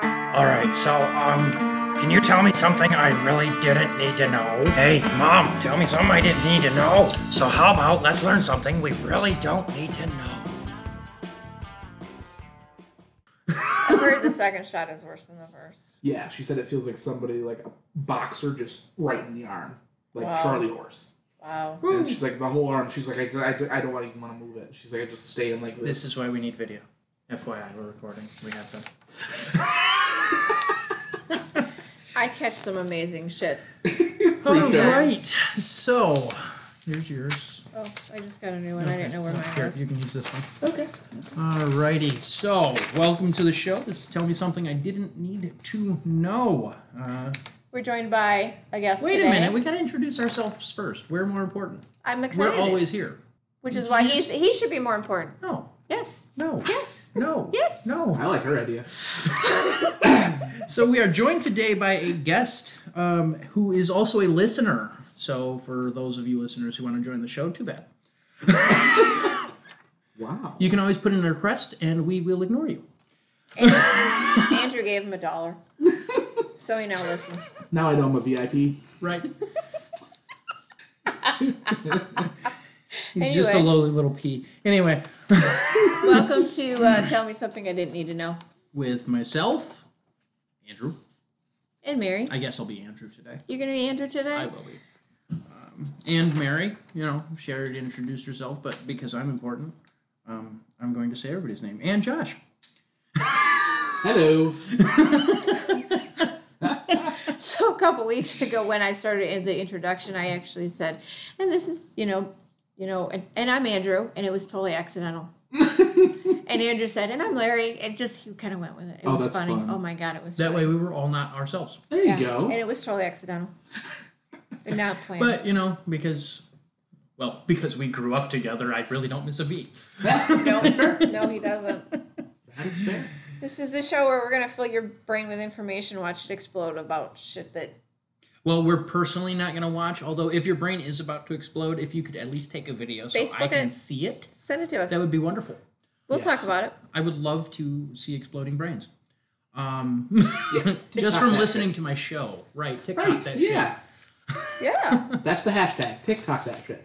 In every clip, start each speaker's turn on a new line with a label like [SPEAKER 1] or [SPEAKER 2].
[SPEAKER 1] All right, so um, can you tell me something I really didn't need to know? Hey, mom, tell me something I didn't need to know. So how about let's learn something we really don't need to know.
[SPEAKER 2] I heard the second shot is worse than the first.
[SPEAKER 3] Yeah, she said it feels like somebody like a boxer just right in the arm, like
[SPEAKER 2] Wow.
[SPEAKER 3] Charlie horse.
[SPEAKER 2] Wow.
[SPEAKER 3] And she's like the whole arm. She's like I, I, I don't even want to move it. She's like I just stay in like this.
[SPEAKER 1] This is why we need video. FYI, we're recording. We have been.
[SPEAKER 2] I catch some amazing shit.
[SPEAKER 1] All
[SPEAKER 2] Okay.
[SPEAKER 1] right, so here's yours.
[SPEAKER 2] Oh, I just got a new one. I didn't know where mine
[SPEAKER 1] Here,
[SPEAKER 2] was.
[SPEAKER 1] you can use this one.
[SPEAKER 2] Okay.
[SPEAKER 1] Alrighty, so welcome to the show. This is Tell Me Something I Didn't Need to Know. Uh,
[SPEAKER 2] We're joined by a guest.
[SPEAKER 1] wait
[SPEAKER 2] today.
[SPEAKER 1] a minute, we gotta introduce ourselves first. We're more important.
[SPEAKER 2] I'm
[SPEAKER 1] We're
[SPEAKER 2] excited.
[SPEAKER 1] always here.
[SPEAKER 2] which is why he's he should be more important.
[SPEAKER 1] No,
[SPEAKER 2] Yes.
[SPEAKER 1] no,
[SPEAKER 2] Yes.
[SPEAKER 1] no,
[SPEAKER 2] Yes.
[SPEAKER 1] no.
[SPEAKER 3] I like her idea.
[SPEAKER 1] So we are joined today by a guest um, who is also a listener. So for those of you listeners who want to join the show, too bad.
[SPEAKER 3] Wow.
[SPEAKER 1] You can always put in a request and we will ignore you.
[SPEAKER 2] Andrew, Andrew gave him a dollar. So he now listens.
[SPEAKER 3] Now I know I'm a VIP.
[SPEAKER 1] Right. He's just a
[SPEAKER 2] Anyway.
[SPEAKER 1] lowly little pea. Anyway,
[SPEAKER 2] Welcome to uh, Tell Me Something I Didn't Need to Know.
[SPEAKER 1] with myself, Andrew.
[SPEAKER 2] And Mary.
[SPEAKER 1] I guess I'll be Andrew today.
[SPEAKER 2] You're going to be Andrew
[SPEAKER 1] I
[SPEAKER 2] today?
[SPEAKER 1] will be. Um, and Mary, you know, she already introduced herself, but because I'm important, um, I'm going to say everybody's name. And Josh.
[SPEAKER 3] Hello.
[SPEAKER 2] So a couple weeks ago when I started in the introduction, I actually said, and this is, you know, you know, and, and I'm Andrew, and it was totally accidental. and Andrew said, and I'm Larry, and just he kind of went with it. It
[SPEAKER 3] Oh,
[SPEAKER 2] was
[SPEAKER 3] that's
[SPEAKER 2] funny.
[SPEAKER 3] fun.
[SPEAKER 2] Oh my god, it was
[SPEAKER 1] That way
[SPEAKER 2] funny.
[SPEAKER 1] we were all not ourselves.
[SPEAKER 3] There you
[SPEAKER 2] Yeah,
[SPEAKER 3] go.
[SPEAKER 2] And it was totally accidental. and not planned.
[SPEAKER 1] But, you know, because, well, because we grew up together, I really don't miss a beat.
[SPEAKER 2] no, no, he doesn't.
[SPEAKER 3] That's fair.
[SPEAKER 2] This is the show where we're gonna fill your brain with information, watch it explode about shit that
[SPEAKER 1] Well, we're personally not going to watch. Although, if your brain is about to explode, if you could at least take a video so I
[SPEAKER 2] Facebook
[SPEAKER 1] can
[SPEAKER 2] it.
[SPEAKER 1] see it,
[SPEAKER 2] send it to us.
[SPEAKER 1] that would be wonderful.
[SPEAKER 2] we'll
[SPEAKER 3] Yes.
[SPEAKER 2] talk about it.
[SPEAKER 1] I would love to see exploding brains. Um, just from
[SPEAKER 3] that
[SPEAKER 1] listening to my show, right? TikTok
[SPEAKER 3] Right.
[SPEAKER 1] that
[SPEAKER 3] Yeah.
[SPEAKER 2] Yeah.
[SPEAKER 3] That's the hashtag. TikTok that shit.
[SPEAKER 1] shit.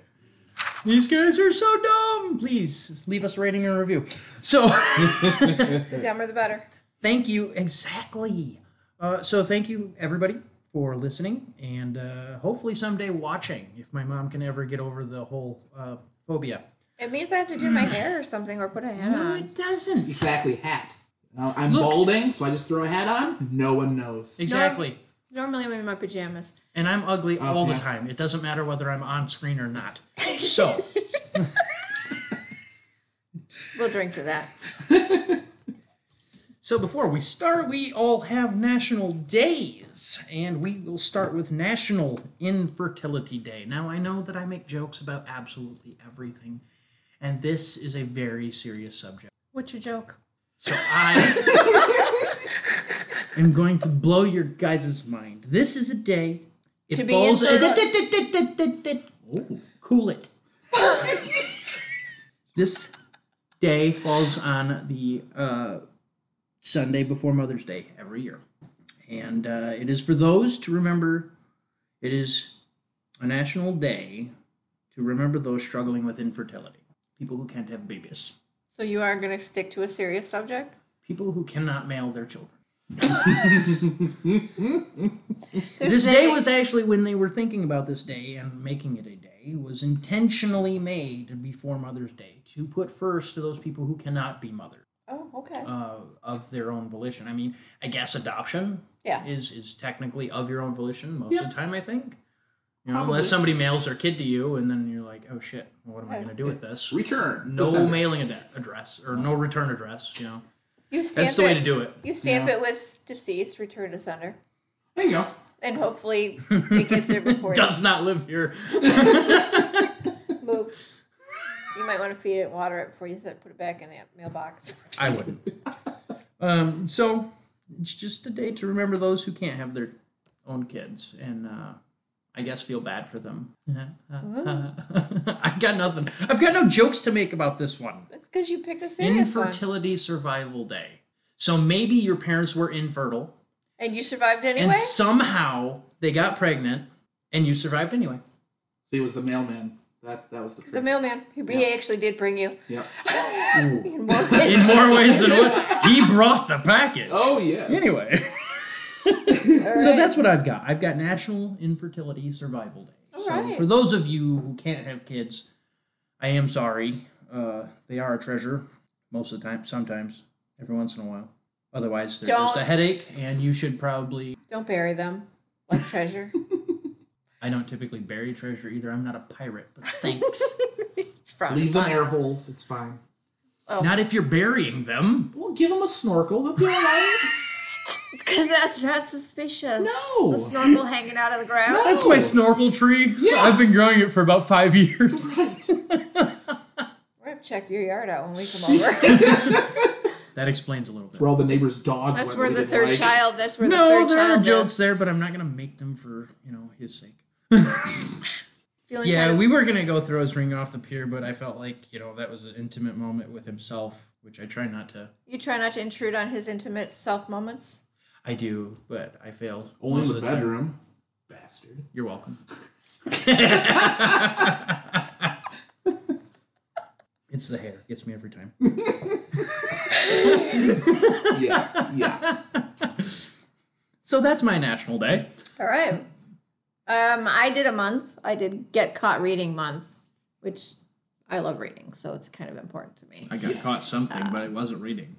[SPEAKER 1] These guys are so dumb. Please leave us a rating and a review. So,
[SPEAKER 2] the dumber the better.
[SPEAKER 1] thank you exactly. Uh, so, thank you everybody for listening, and uh, hopefully someday watching. If my mom can ever get over the whole uh, phobia.
[SPEAKER 2] It means I have to do my hair or something or put a hat
[SPEAKER 1] No,
[SPEAKER 2] on.
[SPEAKER 1] it doesn't.
[SPEAKER 3] Exactly. Hat. Now, I'm
[SPEAKER 1] Look.
[SPEAKER 3] balding, so I just throw a hat on. No one knows.
[SPEAKER 1] Exactly.
[SPEAKER 2] Normally I'm in my pajamas.
[SPEAKER 1] And I'm ugly
[SPEAKER 3] Oh,
[SPEAKER 1] all the
[SPEAKER 3] yeah.
[SPEAKER 1] time. It doesn't matter whether I'm on screen or not. So,
[SPEAKER 2] We'll drink to that.
[SPEAKER 1] so before we start, we all have national days, and we will start with National Infertility Day. Now, I know that I make jokes about absolutely everything, and this is a very serious subject.
[SPEAKER 2] What's your joke?
[SPEAKER 1] So I am going to blow your guys' mind. This is a day. It
[SPEAKER 2] To be
[SPEAKER 1] falls.
[SPEAKER 2] infertile-
[SPEAKER 1] Oh, cool it. this day falls on the uh, Sunday before Mother's Day every year, and uh, it is for those to remember. It is a national day to remember those struggling with infertility, people who can't have babies,
[SPEAKER 2] So you are gonna stick to a serious subject?
[SPEAKER 1] people who cannot mail their children.
[SPEAKER 2] There's
[SPEAKER 1] this
[SPEAKER 2] no-
[SPEAKER 1] day was actually when they were thinking about this day and making it a day was intentionally made before mother's day to put first to those people who cannot be mothered
[SPEAKER 2] Oh, okay.
[SPEAKER 1] uh, of their own volition i mean i guess adoption
[SPEAKER 2] Yeah.
[SPEAKER 1] is is technically of your own volition most of the time i think you know,
[SPEAKER 2] Probably.
[SPEAKER 1] unless somebody mails their kid to you and then you're like oh shit what am i going to do with this
[SPEAKER 3] Return.
[SPEAKER 1] no
[SPEAKER 3] December.
[SPEAKER 1] mailing ad- address or no return address you know
[SPEAKER 2] You stamp
[SPEAKER 1] that's the way
[SPEAKER 2] it.
[SPEAKER 1] to do it
[SPEAKER 2] You stamp it with deceased, return to sender.
[SPEAKER 3] There you go.
[SPEAKER 2] And hopefully it gets there before it
[SPEAKER 1] does not live here
[SPEAKER 2] moves. You might want to feed it and water it before you said put it back in that mailbox.
[SPEAKER 1] I wouldn't. um, so it's just a day to remember those who can't have their own kids, and uh, I guess feel bad for them. I've got nothing. I've got no jokes to make about this one.
[SPEAKER 2] That's because you picked a serious one.
[SPEAKER 1] Infertility Survival Day. So maybe your parents were infertile,
[SPEAKER 2] And you survived anyway?
[SPEAKER 1] And somehow they got pregnant, and you survived anyway.
[SPEAKER 3] See, it was the mailman. That's that was the trick.
[SPEAKER 2] the mailman. He he actually did bring you.
[SPEAKER 3] yep.
[SPEAKER 1] Ooh.
[SPEAKER 2] In more ways.
[SPEAKER 1] In more ways than one, he brought the package.
[SPEAKER 3] Oh yes.
[SPEAKER 1] anyway. So that's what I've got. I've got National Infertility Survival Day.
[SPEAKER 2] All
[SPEAKER 1] so
[SPEAKER 2] right.
[SPEAKER 1] for those of you who can't have kids, I am sorry. Uh, they are a treasure most of the time. Sometimes, every once in a while. Otherwise, they're just a
[SPEAKER 2] Don't.
[SPEAKER 1] headache, and you should probably.
[SPEAKER 2] Don't bury them like treasure.
[SPEAKER 1] I don't typically bury treasure either. I'm not a pirate, but thanks.
[SPEAKER 2] It's Oh. from
[SPEAKER 3] Leave them
[SPEAKER 2] fun.
[SPEAKER 3] air holes. It's fine.
[SPEAKER 1] not if you're burying them.
[SPEAKER 3] Well, give them a snorkel. They'll be all right.
[SPEAKER 2] Because that's not suspicious.
[SPEAKER 3] No.
[SPEAKER 2] The snorkel hanging out of the ground.
[SPEAKER 3] No.
[SPEAKER 1] That's my snorkel tree.
[SPEAKER 3] Yeah.
[SPEAKER 1] I've been growing it for about five years.
[SPEAKER 2] We're going to check your yard out when we come over.
[SPEAKER 1] that explains a little bit.
[SPEAKER 3] where all the neighbors' dogs.
[SPEAKER 2] that's
[SPEAKER 3] went
[SPEAKER 2] where
[SPEAKER 3] we
[SPEAKER 2] the
[SPEAKER 3] didn't
[SPEAKER 2] third
[SPEAKER 3] like.
[SPEAKER 2] child, that's where the
[SPEAKER 1] No,
[SPEAKER 2] third
[SPEAKER 1] there are
[SPEAKER 2] child is.
[SPEAKER 1] jokes there, but I'm not gonna make them for you know his sake.
[SPEAKER 2] Feeling kind
[SPEAKER 1] Yeah,
[SPEAKER 2] of-
[SPEAKER 1] we were gonna go throw his ring off the pier, but I felt like you know that was an intimate moment with himself, which I try not to.
[SPEAKER 2] You try not to intrude on his intimate self moments.
[SPEAKER 1] I do, but I fail.
[SPEAKER 3] Only
[SPEAKER 1] most
[SPEAKER 3] in
[SPEAKER 1] of
[SPEAKER 3] the
[SPEAKER 1] time.
[SPEAKER 3] bedroom. Bastard.
[SPEAKER 1] You're welcome. it's the hair gets me every time.
[SPEAKER 3] Yeah. Yeah.
[SPEAKER 1] So that's my national day.
[SPEAKER 2] All right. Um, I did a month. I did get caught reading month, which I love reading, so it's kind of important to me.
[SPEAKER 1] I got caught something, but it wasn't reading.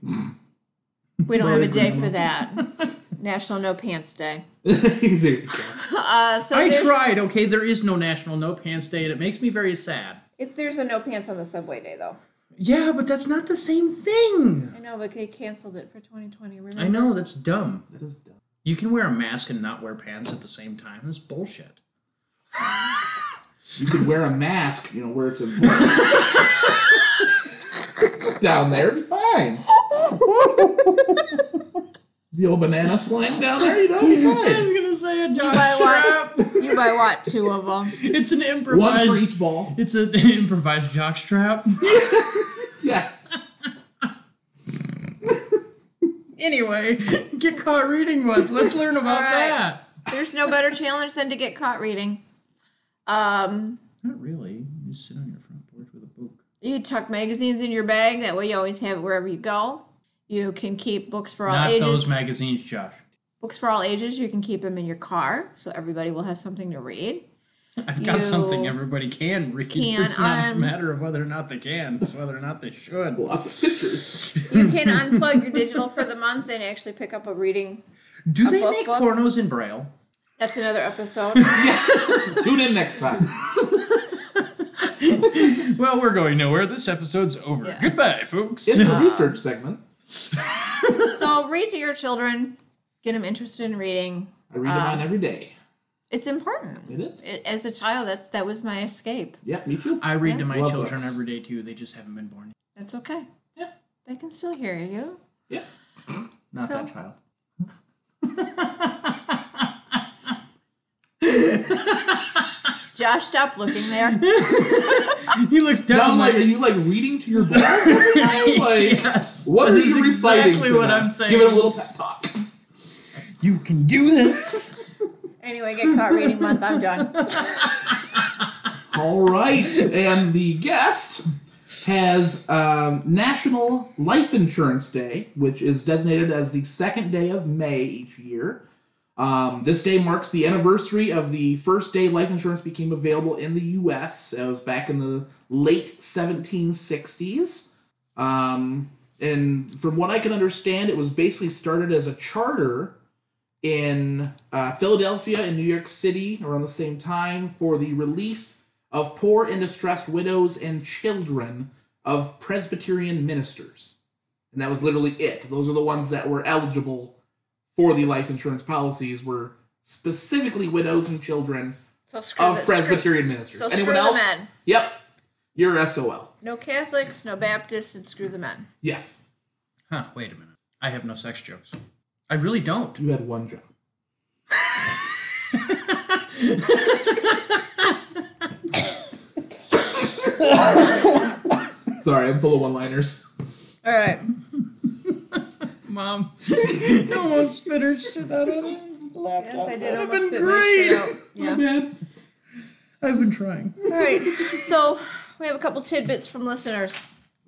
[SPEAKER 2] We don't have a day
[SPEAKER 3] Very
[SPEAKER 2] for that. National No Pants Day.
[SPEAKER 3] there you go.
[SPEAKER 2] Uh, so
[SPEAKER 1] I
[SPEAKER 2] there's-
[SPEAKER 1] tried. Okay, there is no national no pants day, and it makes me very sad.
[SPEAKER 2] If there's a no pants on the subway day, though.
[SPEAKER 1] Yeah, but that's not the same thing.
[SPEAKER 2] I know, but they canceled it for 2020. Remember?
[SPEAKER 1] I know that's dumb.
[SPEAKER 3] That is dumb.
[SPEAKER 1] You can wear a mask and not wear pants at the same time. That's bullshit.
[SPEAKER 3] You could wear a mask, you know, where it's important. down there, it'd be fine. The old banana sling down there, you know, it'd be
[SPEAKER 1] gonna say a
[SPEAKER 2] buy one. You buy what? Two of them.
[SPEAKER 1] It's an
[SPEAKER 3] fine. One for each
[SPEAKER 1] improvised.
[SPEAKER 3] ball.
[SPEAKER 1] It's an improvised jockstrap.
[SPEAKER 3] Yes.
[SPEAKER 1] anyway, get caught reading one. Let's learn about
[SPEAKER 2] All right.
[SPEAKER 1] that.
[SPEAKER 2] There's no better challenge than to get caught reading. Um,
[SPEAKER 1] Not really. You just sit on your front porch with a book.
[SPEAKER 2] you tuck magazines in your bag. That way, you always have it wherever you go. You can keep books for all
[SPEAKER 1] Not
[SPEAKER 2] ages.
[SPEAKER 1] those magazines, Josh.
[SPEAKER 2] Books for all ages. You can keep them in your car, so everybody will have something to read.
[SPEAKER 1] I've got something
[SPEAKER 2] You
[SPEAKER 1] everybody can read.
[SPEAKER 2] can,
[SPEAKER 1] it's not
[SPEAKER 2] um,
[SPEAKER 1] a matter of whether or not they can. It's whether or not they should.
[SPEAKER 3] Lots of pictures.
[SPEAKER 2] You can unplug your digital for the month and actually pick up a reading.
[SPEAKER 1] Do they
[SPEAKER 2] book
[SPEAKER 1] make
[SPEAKER 2] book?
[SPEAKER 1] pornos in braille?
[SPEAKER 2] That's another episode.
[SPEAKER 3] Tune in next time.
[SPEAKER 1] Well, we're going nowhere. This episode's over.
[SPEAKER 2] Yeah.
[SPEAKER 1] Goodbye, folks.
[SPEAKER 3] It's the research segment.
[SPEAKER 2] so read to your children. Get them interested in reading.
[SPEAKER 3] I read
[SPEAKER 2] Uh,
[SPEAKER 3] mine every day.
[SPEAKER 2] It's important.
[SPEAKER 3] It is.
[SPEAKER 2] A- As a child, that's that was my escape.
[SPEAKER 3] yeah, me too.
[SPEAKER 1] I read to my
[SPEAKER 3] Love
[SPEAKER 1] children
[SPEAKER 3] books.
[SPEAKER 1] every day too. They just haven't been born.
[SPEAKER 2] That's okay.
[SPEAKER 3] Yeah.
[SPEAKER 2] They can still hear you.
[SPEAKER 3] Yeah.
[SPEAKER 1] Not
[SPEAKER 2] So-
[SPEAKER 1] that child.
[SPEAKER 2] Josh, stop looking there.
[SPEAKER 1] He looks
[SPEAKER 3] Now I'm
[SPEAKER 1] down
[SPEAKER 3] like, are
[SPEAKER 1] like.
[SPEAKER 3] you like reading to your balls every night? Like,
[SPEAKER 1] Yes.
[SPEAKER 3] what are
[SPEAKER 1] That is
[SPEAKER 3] you reciting?
[SPEAKER 1] exactly
[SPEAKER 3] to
[SPEAKER 1] what
[SPEAKER 3] them?
[SPEAKER 1] I'm saying.
[SPEAKER 3] Give it a little pep talk.
[SPEAKER 1] You can do this.
[SPEAKER 2] anyway, get caught reading month. I'm done.
[SPEAKER 3] All right, and the guest has um, National Life Insurance Day, which is designated as the second day of May each year. Um, this day marks the anniversary of the first day life insurance became available in the U.S. It was back in the late 1760s. Um, and from what I can understand, it was basically started as a charter in uh, Philadelphia and New York City around the same time for the relief of poor and distressed widows and children of Presbyterian ministers. And that was literally it. Those are the ones that were eligible for the life insurance policies were specifically widows and children
[SPEAKER 2] So screw
[SPEAKER 3] of
[SPEAKER 2] the- screw-
[SPEAKER 3] Presbyterian ministers.
[SPEAKER 2] So screw
[SPEAKER 3] Anyone else?
[SPEAKER 2] the men.
[SPEAKER 3] Yep. You're SOL.
[SPEAKER 2] No Catholics, no Baptists, and screw the men.
[SPEAKER 3] Yes.
[SPEAKER 1] Huh? Wait a minute. I have no sex jokes. I really don't.
[SPEAKER 3] You had one job. Sorry, I'm full of one liners.
[SPEAKER 2] All right.
[SPEAKER 1] Mom. you almost spit her shit out on the laptop.
[SPEAKER 2] Yes, I did
[SPEAKER 1] That'd have
[SPEAKER 2] almost
[SPEAKER 1] been
[SPEAKER 2] spit my shit out.
[SPEAKER 3] My
[SPEAKER 2] Yeah.
[SPEAKER 3] bad.
[SPEAKER 1] I've been trying.
[SPEAKER 2] All right. So we have a couple tidbits from listeners.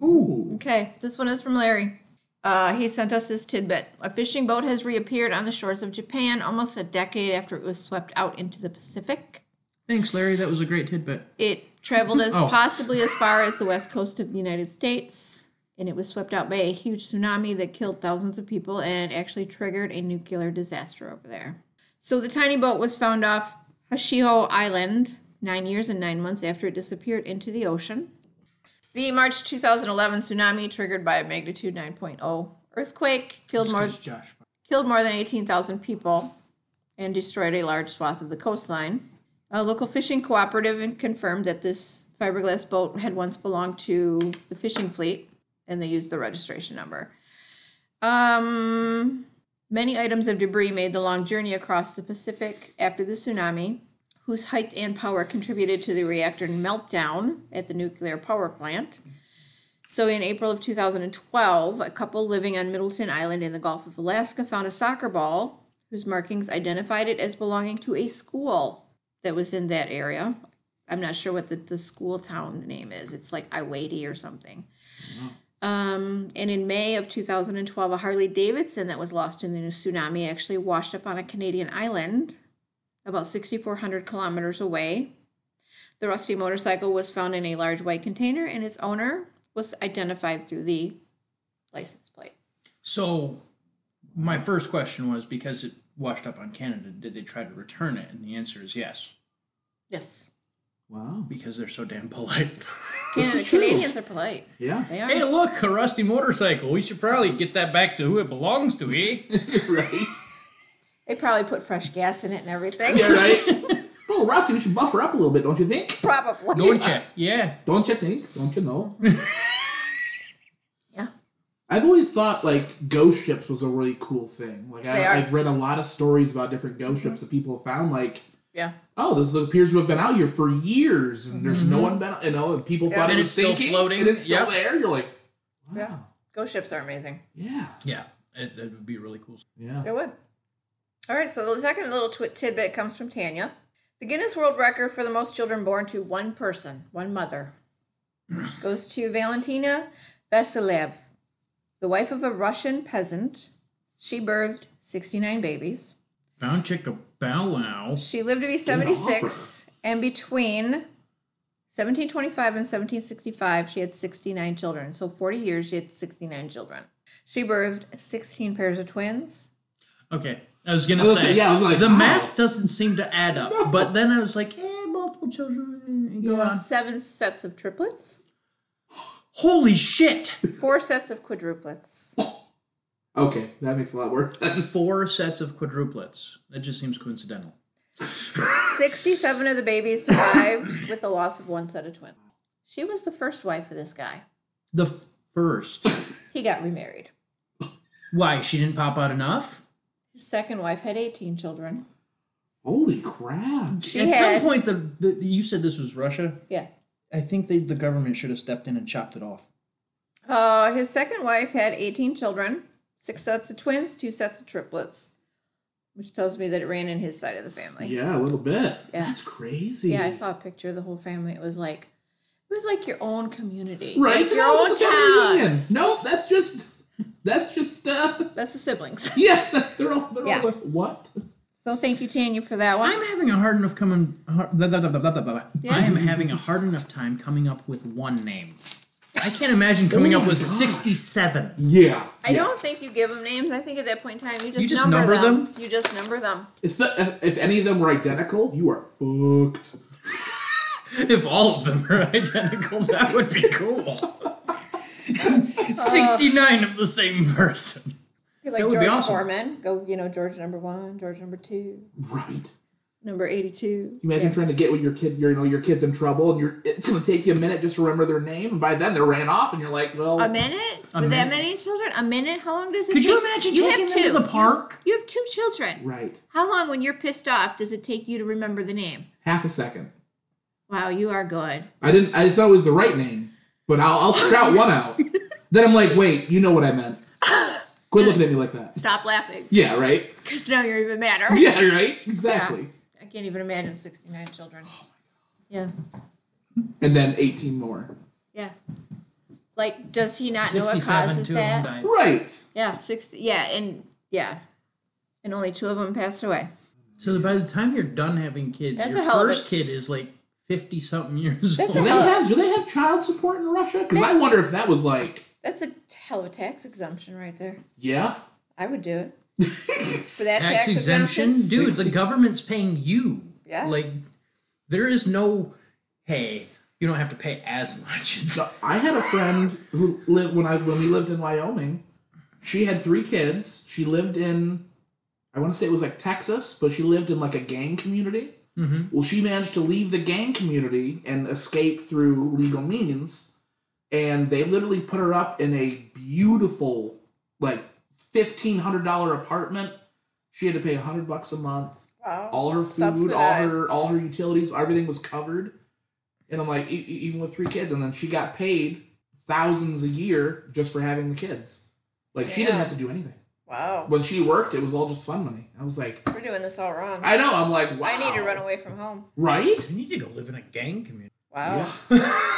[SPEAKER 3] Ooh.
[SPEAKER 2] Okay, this one is from Larry. Uh, he sent us this tidbit. A fishing boat has reappeared on the shores of Japan almost a decade after it was swept out into the Pacific.
[SPEAKER 1] Thanks, Larry. That was a great tidbit.
[SPEAKER 2] It traveled as
[SPEAKER 1] Oh.
[SPEAKER 2] possibly as far as the west coast of the United States, and it was swept out by a huge tsunami that killed thousands of people and actually triggered a nuclear disaster over there. So the tiny boat was found off Hashiho Island nine years and nine months after it disappeared into the ocean. The March 2011 tsunami, triggered by a magnitude 9.0 earthquake, killed more
[SPEAKER 1] Thanks, Josh.
[SPEAKER 2] killed more than 18,000 people and destroyed a large swath of the coastline. A local fishing cooperative confirmed that this fiberglass boat had once belonged to the fishing fleet and they used the registration number. Um, many items of debris made the long journey across the Pacific after the tsunami, whose height and power contributed to the reactor meltdown at the nuclear power plant. So in April of 2012, a couple living on Middleton Island in the Gulf of Alaska found a soccer ball whose markings identified it as belonging to a school that was in that area. I'm not sure what the, the school town name is. It's like Iwadi or something. Um, and in May of 2012, a Harley Davidson that was lost in the tsunami actually washed up on a Canadian island about 6,400 kilometers away the rusty motorcycle was found in a large white container, and its owner was identified through the license plate.
[SPEAKER 1] So, my first question was because it washed up on Canada, did they try to return it? And the answer is yes,
[SPEAKER 2] Yes.
[SPEAKER 3] Wow.
[SPEAKER 1] because they're so damn polite.
[SPEAKER 3] This
[SPEAKER 2] Canada,
[SPEAKER 3] is true.
[SPEAKER 2] Canadians are polite.
[SPEAKER 3] Yeah.
[SPEAKER 2] They are.
[SPEAKER 1] hey, look, a rusty motorcycle. We should probably get that back to who it belongs to, eh?
[SPEAKER 3] right.
[SPEAKER 2] They probably put fresh gas in it and everything.
[SPEAKER 3] Yeah, right. It's a little rusty. We should buffer up a little bit, don't you think?
[SPEAKER 2] Probably.
[SPEAKER 1] Don't ya? Yeah.
[SPEAKER 3] Don't you think? Don't you know?
[SPEAKER 2] Yeah.
[SPEAKER 3] I've always thought like ghost ships was a really cool thing. Like
[SPEAKER 2] They are.
[SPEAKER 3] I, I've read a lot of stories about different ghost ships that people have found. Like,
[SPEAKER 2] Yeah.
[SPEAKER 3] oh, this appears to have been out here for years, and there's no one been, you know, and people
[SPEAKER 2] Yeah.
[SPEAKER 3] thought
[SPEAKER 1] Mm-hmm. And
[SPEAKER 3] it was
[SPEAKER 1] it's still
[SPEAKER 3] sinking,
[SPEAKER 1] floating.
[SPEAKER 3] and it's still
[SPEAKER 1] Yep.
[SPEAKER 3] there. You're like,
[SPEAKER 2] Yeah.
[SPEAKER 3] wow,
[SPEAKER 2] Ghost ships are amazing.
[SPEAKER 3] yeah,
[SPEAKER 1] Yeah. It, that would be really cool.
[SPEAKER 3] yeah.
[SPEAKER 2] They would. All right, so the second little twi- tidbit comes from Tanya. The Guinness World Record for the most children born to one person, one mother, goes to Valentina Vasilev, the wife of a Russian peasant. She birthed 69 babies.
[SPEAKER 1] Bound chick a bow wow.
[SPEAKER 2] She lived to be
[SPEAKER 3] an offer.
[SPEAKER 2] 76, and between 1725 and 1765, she had 69 children. So 40 years, she had 69 children. She birthed 16 pairs of twins.
[SPEAKER 1] Okay. I was gonna
[SPEAKER 3] I was
[SPEAKER 1] say,
[SPEAKER 3] gonna say, yeah, I was like,
[SPEAKER 1] the
[SPEAKER 3] wow.
[SPEAKER 1] math doesn't seem to add up. But then I was like, eh, multiple children. eh, Go on.
[SPEAKER 2] seven sets of triplets,
[SPEAKER 1] Holy shit!
[SPEAKER 2] four sets of quadruplets.
[SPEAKER 3] Okay, that makes a lot worse. sense.
[SPEAKER 1] Four sets of quadruplets. That just seems coincidental.
[SPEAKER 2] 67 of the babies survived with the loss of one set of twins. She was the first wife of this guy.
[SPEAKER 1] The first.
[SPEAKER 2] He got remarried.
[SPEAKER 1] Why? She didn't pop out enough?
[SPEAKER 2] His second wife had 18 children.
[SPEAKER 3] Holy crap!
[SPEAKER 2] She
[SPEAKER 1] At
[SPEAKER 2] had,
[SPEAKER 1] some point, the, the you said this was Russia.
[SPEAKER 2] yeah.
[SPEAKER 1] I think they, the government should have stepped in and chopped it off.
[SPEAKER 2] Uh, his second wife had 18 children, six sets of twins, two sets of triplets, which tells me that it ran in his side of the family.
[SPEAKER 3] Yeah, a little bit.
[SPEAKER 2] Yeah.
[SPEAKER 3] That's crazy.
[SPEAKER 2] Yeah, I saw a picture of the whole family. It was like, it was like your own community,
[SPEAKER 3] Right,
[SPEAKER 2] Like your
[SPEAKER 3] No,
[SPEAKER 2] own
[SPEAKER 3] it's a
[SPEAKER 2] town.
[SPEAKER 3] reunion. No, that's just that's just uh,
[SPEAKER 2] That's the siblings.
[SPEAKER 3] yeah. That's their own. Their
[SPEAKER 2] Yeah.
[SPEAKER 3] own what?
[SPEAKER 2] So thank you, Tanya, for that one.
[SPEAKER 1] I'm having a hard enough coming. Hard, blah, blah, blah, blah, blah, blah, blah.
[SPEAKER 2] Yeah.
[SPEAKER 1] I am having a hard enough time coming up with one name. I can't imagine coming
[SPEAKER 3] Oh
[SPEAKER 1] up
[SPEAKER 3] my
[SPEAKER 1] with
[SPEAKER 3] gosh.
[SPEAKER 1] sixty-seven.
[SPEAKER 3] Yeah.
[SPEAKER 2] I
[SPEAKER 3] yeah.
[SPEAKER 2] don't think you give them names. I think at that point in time, you just,
[SPEAKER 1] You just
[SPEAKER 2] number,
[SPEAKER 1] number
[SPEAKER 2] them.
[SPEAKER 1] them?
[SPEAKER 2] You just number them.
[SPEAKER 3] It's not, if- if any of them were identical, you are fucked.
[SPEAKER 1] If all of them are identical, that would be cool. Sixty-nine of the same person.
[SPEAKER 2] You're Like
[SPEAKER 1] That would be
[SPEAKER 2] George
[SPEAKER 1] awesome.
[SPEAKER 2] Foreman, go you know George number one, George number two,
[SPEAKER 3] Right.
[SPEAKER 2] number eighty-two.
[SPEAKER 3] You imagine trying to get with your kid, your, you know, your kid's in trouble, and you're it's gonna take you a minute just to remember their name, and by then they ran off, and you're like, well,
[SPEAKER 2] A minute?
[SPEAKER 1] A
[SPEAKER 2] With that
[SPEAKER 1] minute.
[SPEAKER 2] many children? A minute? How long does it
[SPEAKER 1] Could
[SPEAKER 2] take?
[SPEAKER 1] you imagine taking them to the park?
[SPEAKER 2] You have two children.
[SPEAKER 3] right,
[SPEAKER 2] How long, when you're pissed off, does it take you to remember the name?
[SPEAKER 3] half a second.
[SPEAKER 2] Wow, you are good.
[SPEAKER 3] I didn't. I thought it was the right name, but I'll, I'll shout one out. then I'm like, wait, you know what I meant. Quit looking at me like that.
[SPEAKER 2] Stop laughing,
[SPEAKER 3] Yeah, right?
[SPEAKER 2] because now you're even madder.
[SPEAKER 3] Yeah, right? Exactly.
[SPEAKER 2] I can't even imagine 69 children.
[SPEAKER 1] Oh
[SPEAKER 2] Yeah.
[SPEAKER 3] And then 18 more.
[SPEAKER 2] Yeah. Like, does he not know what
[SPEAKER 1] 67
[SPEAKER 2] causes
[SPEAKER 1] two of them
[SPEAKER 2] that?
[SPEAKER 1] died.
[SPEAKER 3] Right.
[SPEAKER 2] Yeah, 60. Yeah, and yeah. And only two of them passed away.
[SPEAKER 1] So by the time you're done having kids,
[SPEAKER 2] That's
[SPEAKER 1] your
[SPEAKER 2] a hell of a-
[SPEAKER 1] first kid is like fifty something years
[SPEAKER 2] That's a
[SPEAKER 3] Do
[SPEAKER 1] old.
[SPEAKER 3] they,
[SPEAKER 2] hell-
[SPEAKER 3] have, do they have child support in Russia? Because I wonder if that was like,
[SPEAKER 2] That's a hell of a tax exemption right there.
[SPEAKER 3] yeah.
[SPEAKER 2] I would do it. For that tax,
[SPEAKER 1] Tax exemption,
[SPEAKER 2] exemption?
[SPEAKER 1] dude.
[SPEAKER 3] Sixty-
[SPEAKER 1] The government's paying you.
[SPEAKER 2] Yeah.
[SPEAKER 1] Like there is no hey, you don't have to pay as much. It's
[SPEAKER 3] So I had a friend who lived when I when we lived in Wyoming. She had three kids. She lived in, I want to say it was like Texas, but she lived in like a gang community.
[SPEAKER 1] Mhm.
[SPEAKER 3] Well, she managed to leave the gang community and escape through legal means, and they literally put her up in a beautiful, like fifteen hundred dollar apartment. She had to pay a hundred bucks a month
[SPEAKER 2] Wow.
[SPEAKER 3] all her food, all
[SPEAKER 2] Subsidized.
[SPEAKER 3] her all her utilities, everything was covered. And I'm like, e- e- even with three kids, and then she got paid thousands a year just for having the kids. Like she didn't
[SPEAKER 2] Damn.
[SPEAKER 3] have to do anything.
[SPEAKER 2] wow.
[SPEAKER 3] When she worked, it was all just fun money. I was like,
[SPEAKER 2] We're doing this all wrong.
[SPEAKER 3] I know. I'm like, wow.
[SPEAKER 2] I need to run away from home.
[SPEAKER 3] Right?
[SPEAKER 1] you need to go live in a gang community.
[SPEAKER 2] Wow.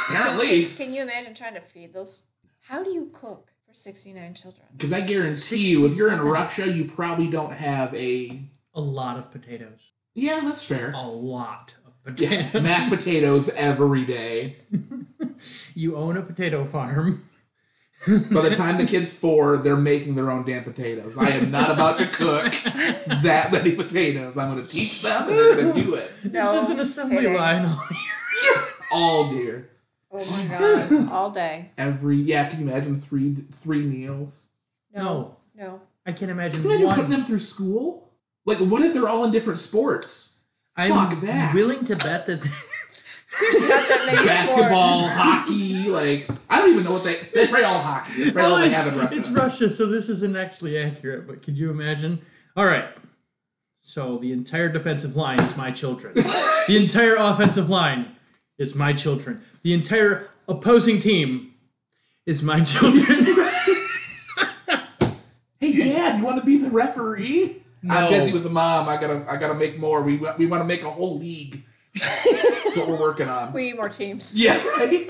[SPEAKER 3] Apparently,
[SPEAKER 2] Can you imagine trying to feed those? How do you cook for 69 children?
[SPEAKER 3] because I guarantee you, if you're in Russia, you probably don't have a.
[SPEAKER 1] A lot of potatoes.
[SPEAKER 3] Yeah, that's fair.
[SPEAKER 1] A lot of
[SPEAKER 3] Yeah,
[SPEAKER 1] potatoes.
[SPEAKER 3] mashed potatoes every day.
[SPEAKER 1] You own a potato farm.
[SPEAKER 3] By the time the kid's four, they're making their own damn potatoes. I am not about to cook that many potatoes. I'm going to teach them and they're going to do it.
[SPEAKER 2] No
[SPEAKER 1] this is an assembly
[SPEAKER 2] kidding.
[SPEAKER 1] line.
[SPEAKER 3] All dear.
[SPEAKER 2] Oh my god. all day.
[SPEAKER 3] Every yeah. Can you imagine three three meals?
[SPEAKER 1] no,
[SPEAKER 2] No.
[SPEAKER 1] I can't
[SPEAKER 3] Can
[SPEAKER 1] imagine
[SPEAKER 3] you imagine
[SPEAKER 1] one.
[SPEAKER 3] putting them through school? Like, what if they're all in different sports?
[SPEAKER 1] I'm
[SPEAKER 3] Fuck that.
[SPEAKER 1] willing to bet that
[SPEAKER 2] Not that many
[SPEAKER 3] Basketball, hockey. Like, I don't even know what they they play all hockey. They play all
[SPEAKER 1] Well,
[SPEAKER 3] they
[SPEAKER 1] it's,
[SPEAKER 3] have in Russia.
[SPEAKER 1] Oh, it's Russia, so this isn't actually accurate. But could you imagine? All right. So the entire defensive line is my children. the entire offensive line is my children. The entire opposing team is my children.
[SPEAKER 3] Hey, Dad, you want to be the referee?
[SPEAKER 1] No.
[SPEAKER 3] I'm busy with the mom. I gotta, I gotta make more. We wa- we want to make a whole league. That's what we're working on.
[SPEAKER 2] We need more teams.
[SPEAKER 3] Yeah, right.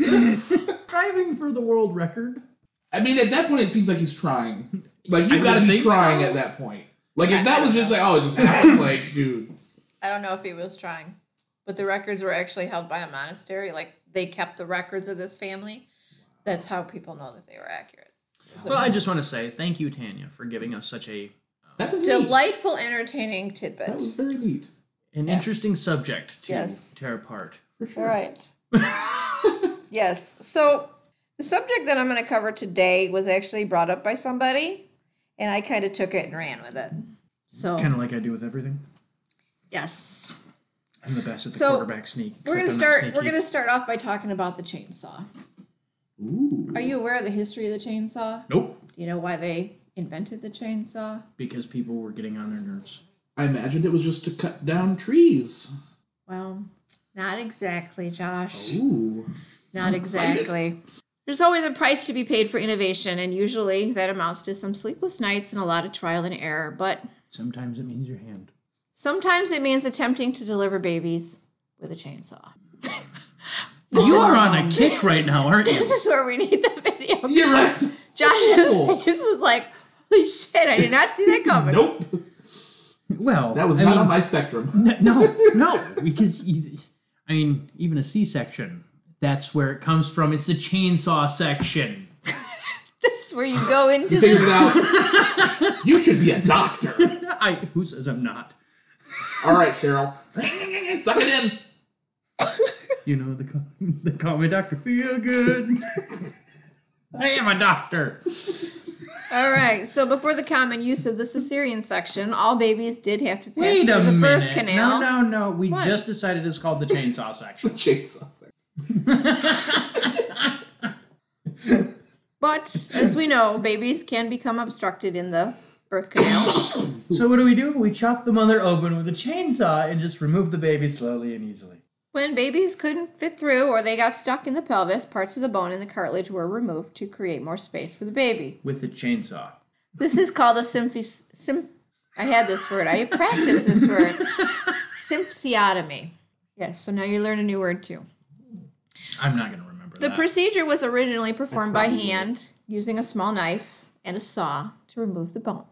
[SPEAKER 1] Striving for the world record.
[SPEAKER 3] I mean, at that point, it seems like he's trying. Like
[SPEAKER 1] I
[SPEAKER 3] you
[SPEAKER 1] would
[SPEAKER 3] gotta be
[SPEAKER 1] think
[SPEAKER 3] trying
[SPEAKER 1] so.
[SPEAKER 3] at that point. Like if that was just like, oh, it just happened, like, dude,
[SPEAKER 2] I don't know if he was trying, but the records were actually held by a monastery. Like they kept the records of this family. That's how people know that they were accurate.
[SPEAKER 1] Well, I just want to say thank you, Tanya, for giving us such a
[SPEAKER 3] that was neat.
[SPEAKER 2] Delightful, entertaining
[SPEAKER 3] That
[SPEAKER 2] tidbits.
[SPEAKER 3] was very neat.
[SPEAKER 1] an interesting subject to
[SPEAKER 2] Yes.
[SPEAKER 1] tear apart.
[SPEAKER 3] For sure.
[SPEAKER 2] All right. yes. So the subject that I'm going to cover today was actually brought up by somebody, and I kind of took it and ran with it. So
[SPEAKER 1] Kind of like I do with everything.
[SPEAKER 2] yes.
[SPEAKER 1] I'm the best at the
[SPEAKER 2] So,
[SPEAKER 1] quarterback sneak. except
[SPEAKER 2] We're gonna
[SPEAKER 1] I'm not
[SPEAKER 2] start.
[SPEAKER 1] sneaky.
[SPEAKER 2] We're gonna start off by talking about the chainsaw.
[SPEAKER 3] Ooh.
[SPEAKER 2] Are you aware of the history of the chainsaw?
[SPEAKER 1] Nope,
[SPEAKER 2] Do you know why they invented the chainsaw?
[SPEAKER 1] because people were getting on their nerves.
[SPEAKER 3] I imagined it was just to cut down trees.
[SPEAKER 2] Well, not exactly,
[SPEAKER 1] Oh.
[SPEAKER 2] Josh.
[SPEAKER 3] Ooh.
[SPEAKER 2] Not exactly. There's always a price to be paid for innovation, and usually that amounts to some sleepless nights and a lot of trial and error. But
[SPEAKER 1] Sometimes it means your hand.
[SPEAKER 2] sometimes it means attempting to deliver babies with a chainsaw.
[SPEAKER 1] You are on a kick right now, aren't you?
[SPEAKER 2] This is where we need that video.
[SPEAKER 3] You're right.
[SPEAKER 2] Josh's
[SPEAKER 3] Oh.
[SPEAKER 2] face was like, holy shit, I did not see that coming.
[SPEAKER 3] Nope.
[SPEAKER 1] Well,
[SPEAKER 3] That was
[SPEAKER 1] I
[SPEAKER 3] not
[SPEAKER 1] mean,
[SPEAKER 3] on my spectrum.
[SPEAKER 1] n- no, no, because you, I mean, even a C-section, that's where it comes from. It's the chainsaw section.
[SPEAKER 2] That's where you go into
[SPEAKER 3] You figured
[SPEAKER 2] the
[SPEAKER 3] it out. you should be a doctor.
[SPEAKER 1] I who says I'm not?
[SPEAKER 3] All right, Cheryl. Suck it in.
[SPEAKER 1] You know the they call me Doctor Feel Good. I am a doctor.
[SPEAKER 2] All right. So before the common use of the cesarean section, all babies did have to pass
[SPEAKER 1] Wait
[SPEAKER 2] through
[SPEAKER 1] a
[SPEAKER 2] the
[SPEAKER 1] minute.
[SPEAKER 2] birth canal.
[SPEAKER 1] No, no, no. We
[SPEAKER 2] What?
[SPEAKER 1] just decided it's called the chainsaw section.
[SPEAKER 3] Chainsaw. section.
[SPEAKER 2] But as we know, babies can become obstructed in the birth canal.
[SPEAKER 1] so what do we do? We chop the mother open with a chainsaw and just remove the baby slowly and easily.
[SPEAKER 2] When babies couldn't fit through or they got stuck in the pelvis, parts of the bone and the cartilage were removed to create more space for the baby.
[SPEAKER 4] with the chainsaw.
[SPEAKER 2] This is called a symphy. Sym- I had this word. I practiced this word. Symphysiotomy. Yes, so now you learn a new word too.
[SPEAKER 1] I'm not going to remember
[SPEAKER 2] The
[SPEAKER 1] that.
[SPEAKER 2] procedure was originally performed by hand using a small knife and a saw to remove the bone.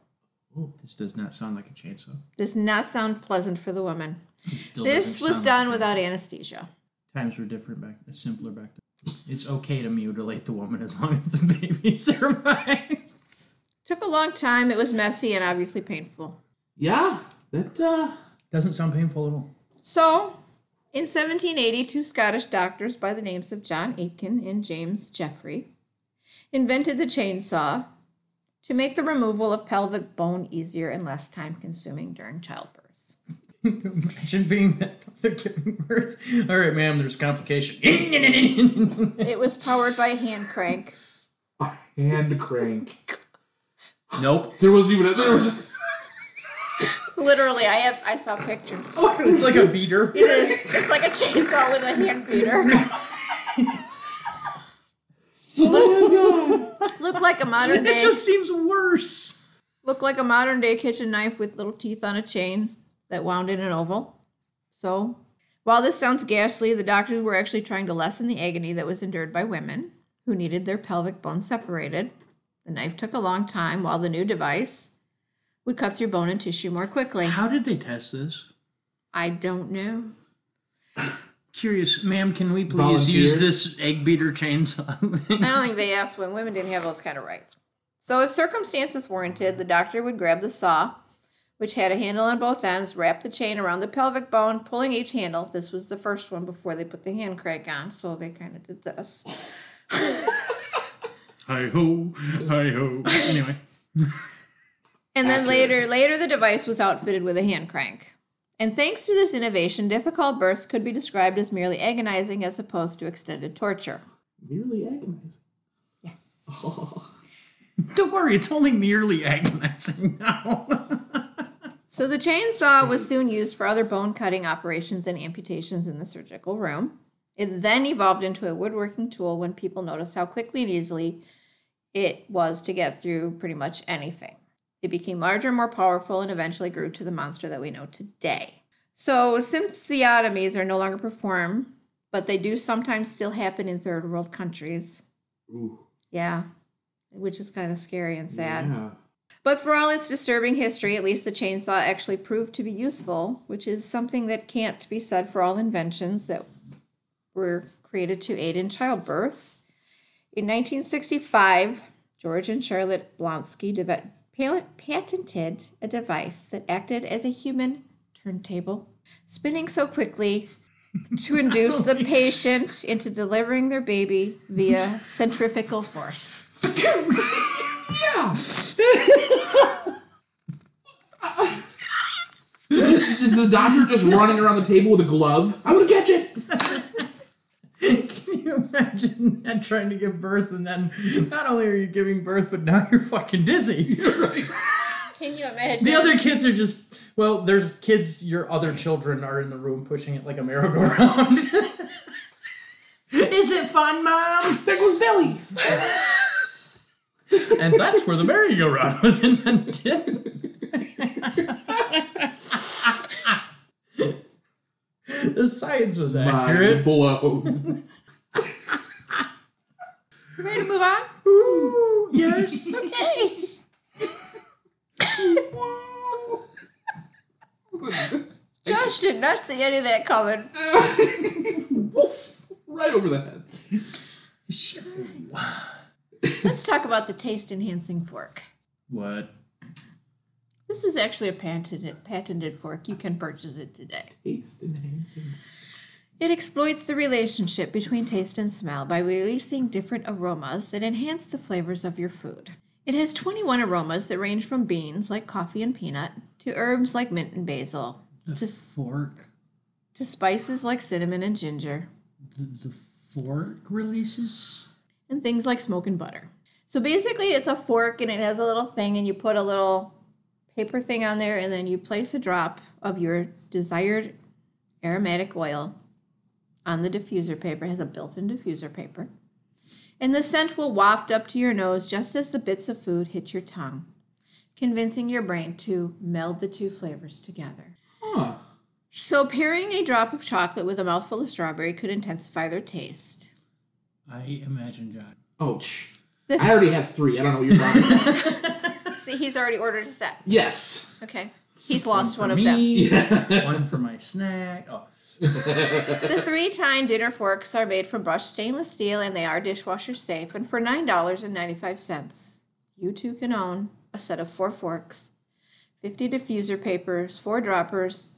[SPEAKER 4] Oh, this does not sound like a chainsaw.
[SPEAKER 2] Does not sound pleasant for the woman.
[SPEAKER 4] It still
[SPEAKER 2] This
[SPEAKER 4] doesn't
[SPEAKER 2] was
[SPEAKER 4] sound
[SPEAKER 2] done
[SPEAKER 4] like a chainsaw.
[SPEAKER 2] without anesthesia.
[SPEAKER 4] Times were different back,
[SPEAKER 1] uh,
[SPEAKER 4] simpler back then.
[SPEAKER 1] it's okay to mutilate the woman as long as the baby survives.
[SPEAKER 2] Took a long time. It was messy and obviously painful.
[SPEAKER 3] Yeah, that uh,
[SPEAKER 1] Doesn't sound painful at all.
[SPEAKER 2] So, in 1780, two Scottish doctors by the names of John Aitken and James Jeffrey invented the chainsaw to make the removal of pelvic bone easier and less time consuming during childbirth.
[SPEAKER 1] Imagine being that mother giving birth. All right, ma'am, there's complication.
[SPEAKER 2] It was powered by a hand crank.
[SPEAKER 3] hand crank.
[SPEAKER 1] nope.
[SPEAKER 3] There wasn't even a, there was just
[SPEAKER 2] Literally, I have I saw pictures.
[SPEAKER 1] It's like a beater.
[SPEAKER 2] It is. It's like a chainsaw with a hand beater. look, look like a modern
[SPEAKER 1] It
[SPEAKER 2] day.
[SPEAKER 1] just seems worse.
[SPEAKER 2] Looked like a modern day kitchen knife with little teeth on a chain that wound in an oval. So, while this sounds ghastly, the doctors were actually trying to lessen the agony that was endured by women who needed their pelvic bones separated. The knife took a long time, while the new device would cut through bone and tissue more quickly.
[SPEAKER 1] How did they test this?
[SPEAKER 2] I don't know.
[SPEAKER 1] Curious, ma'am, can we please use
[SPEAKER 3] Volunteers?
[SPEAKER 1] this egg beater chainsaw?
[SPEAKER 2] I don't think they asked when women didn't have those kind of rights. So, if circumstances warranted, the doctor would grab the saw, which had a handle on both ends, wrap the chain around the pelvic bone, pulling each handle. This was the first one before they put the hand crank on, so they kind of did this.
[SPEAKER 1] hi ho, hi ho. Anyway,
[SPEAKER 2] And then later, later the device was outfitted with a hand crank. And thanks to this innovation, difficult births could be described as merely agonizing as opposed to extended torture.
[SPEAKER 3] merely agonizing.
[SPEAKER 2] Yes.
[SPEAKER 1] don't worry, it's only merely agonizing now.
[SPEAKER 2] So the chainsaw was soon used for other bone cutting operations and amputations in the surgical room. It then evolved into a woodworking tool when people noticed how quickly and easily it was to get through pretty much anything. It became larger, more powerful, and eventually grew to the monster that we know today. So symphysiotomies are no longer performed, but they do sometimes still happen in third world countries.
[SPEAKER 3] Ooh,
[SPEAKER 2] Yeah, which is kind of scary and sad.
[SPEAKER 3] yeah.
[SPEAKER 2] But for all its disturbing history, at least the chainsaw actually proved to be useful, which is something that can't be said for all inventions that were created to aid in childbirth. In 1965, George and Charlotte Blonsky deve- pa- patented a device that acted as a human turntable, spinning so quickly to induce the patient into delivering their baby via centrifugal force.
[SPEAKER 3] Yeah. Is the doctor just running around the table with a glove? I'm gonna catch it.
[SPEAKER 1] Can you imagine that trying to give birth and then not only are you giving birth, but now you're fucking dizzy.
[SPEAKER 2] Can you imagine?
[SPEAKER 1] The other kids are just well, there's kids your other children are in the room pushing it like a merry-go-round. Is it fun, mom?
[SPEAKER 3] There goes Billy.
[SPEAKER 1] And that's where the merry-go-round was invented. the science was
[SPEAKER 3] Mind
[SPEAKER 1] accurate.
[SPEAKER 3] blown.
[SPEAKER 2] You ready to move on?
[SPEAKER 1] Ooh, yes.
[SPEAKER 2] Okay. Josh did not see any of that coming.
[SPEAKER 3] Woof! Right over the head.
[SPEAKER 2] Let's talk about the taste enhancing fork.
[SPEAKER 4] What?
[SPEAKER 2] This is actually a patented, patented fork. You can purchase it today.
[SPEAKER 3] Taste enhancing.
[SPEAKER 2] It exploits the relationship between taste and smell by releasing different aromas that enhance the flavors of your food. It has 21 aromas that range from beans like coffee and peanut to herbs like mint and basil
[SPEAKER 1] Just fork.
[SPEAKER 2] to spices like cinnamon and ginger.
[SPEAKER 1] The fork releases.
[SPEAKER 2] and things like smoke and butter. So basically, it's a fork and it has a little thing, and you put a little paper thing on there, and then you place a drop of your desired aromatic oil on the diffuser paper. It has a built in diffuser paper. And the scent will waft up to your nose just as the bits of food hit your tongue, convincing your brain to meld the two flavors together.
[SPEAKER 3] Huh.
[SPEAKER 2] So, pairing a drop of chocolate with a mouthful of strawberry could intensify their taste.
[SPEAKER 4] I imagine John.
[SPEAKER 3] Oh, shh. I already have three. I don't know what you're talking about.
[SPEAKER 2] See, he's already ordered a set.
[SPEAKER 3] Yes.
[SPEAKER 2] Okay. He's lost one
[SPEAKER 4] for
[SPEAKER 2] of them.
[SPEAKER 4] me,
[SPEAKER 3] Yeah.
[SPEAKER 4] one for my snack. Oh,
[SPEAKER 2] The three tine dinner forks are made from brushed stainless steel and they are dishwasher safe. And for $9.95, you too can own a set of four forks, 50 diffuser papers, four droppers,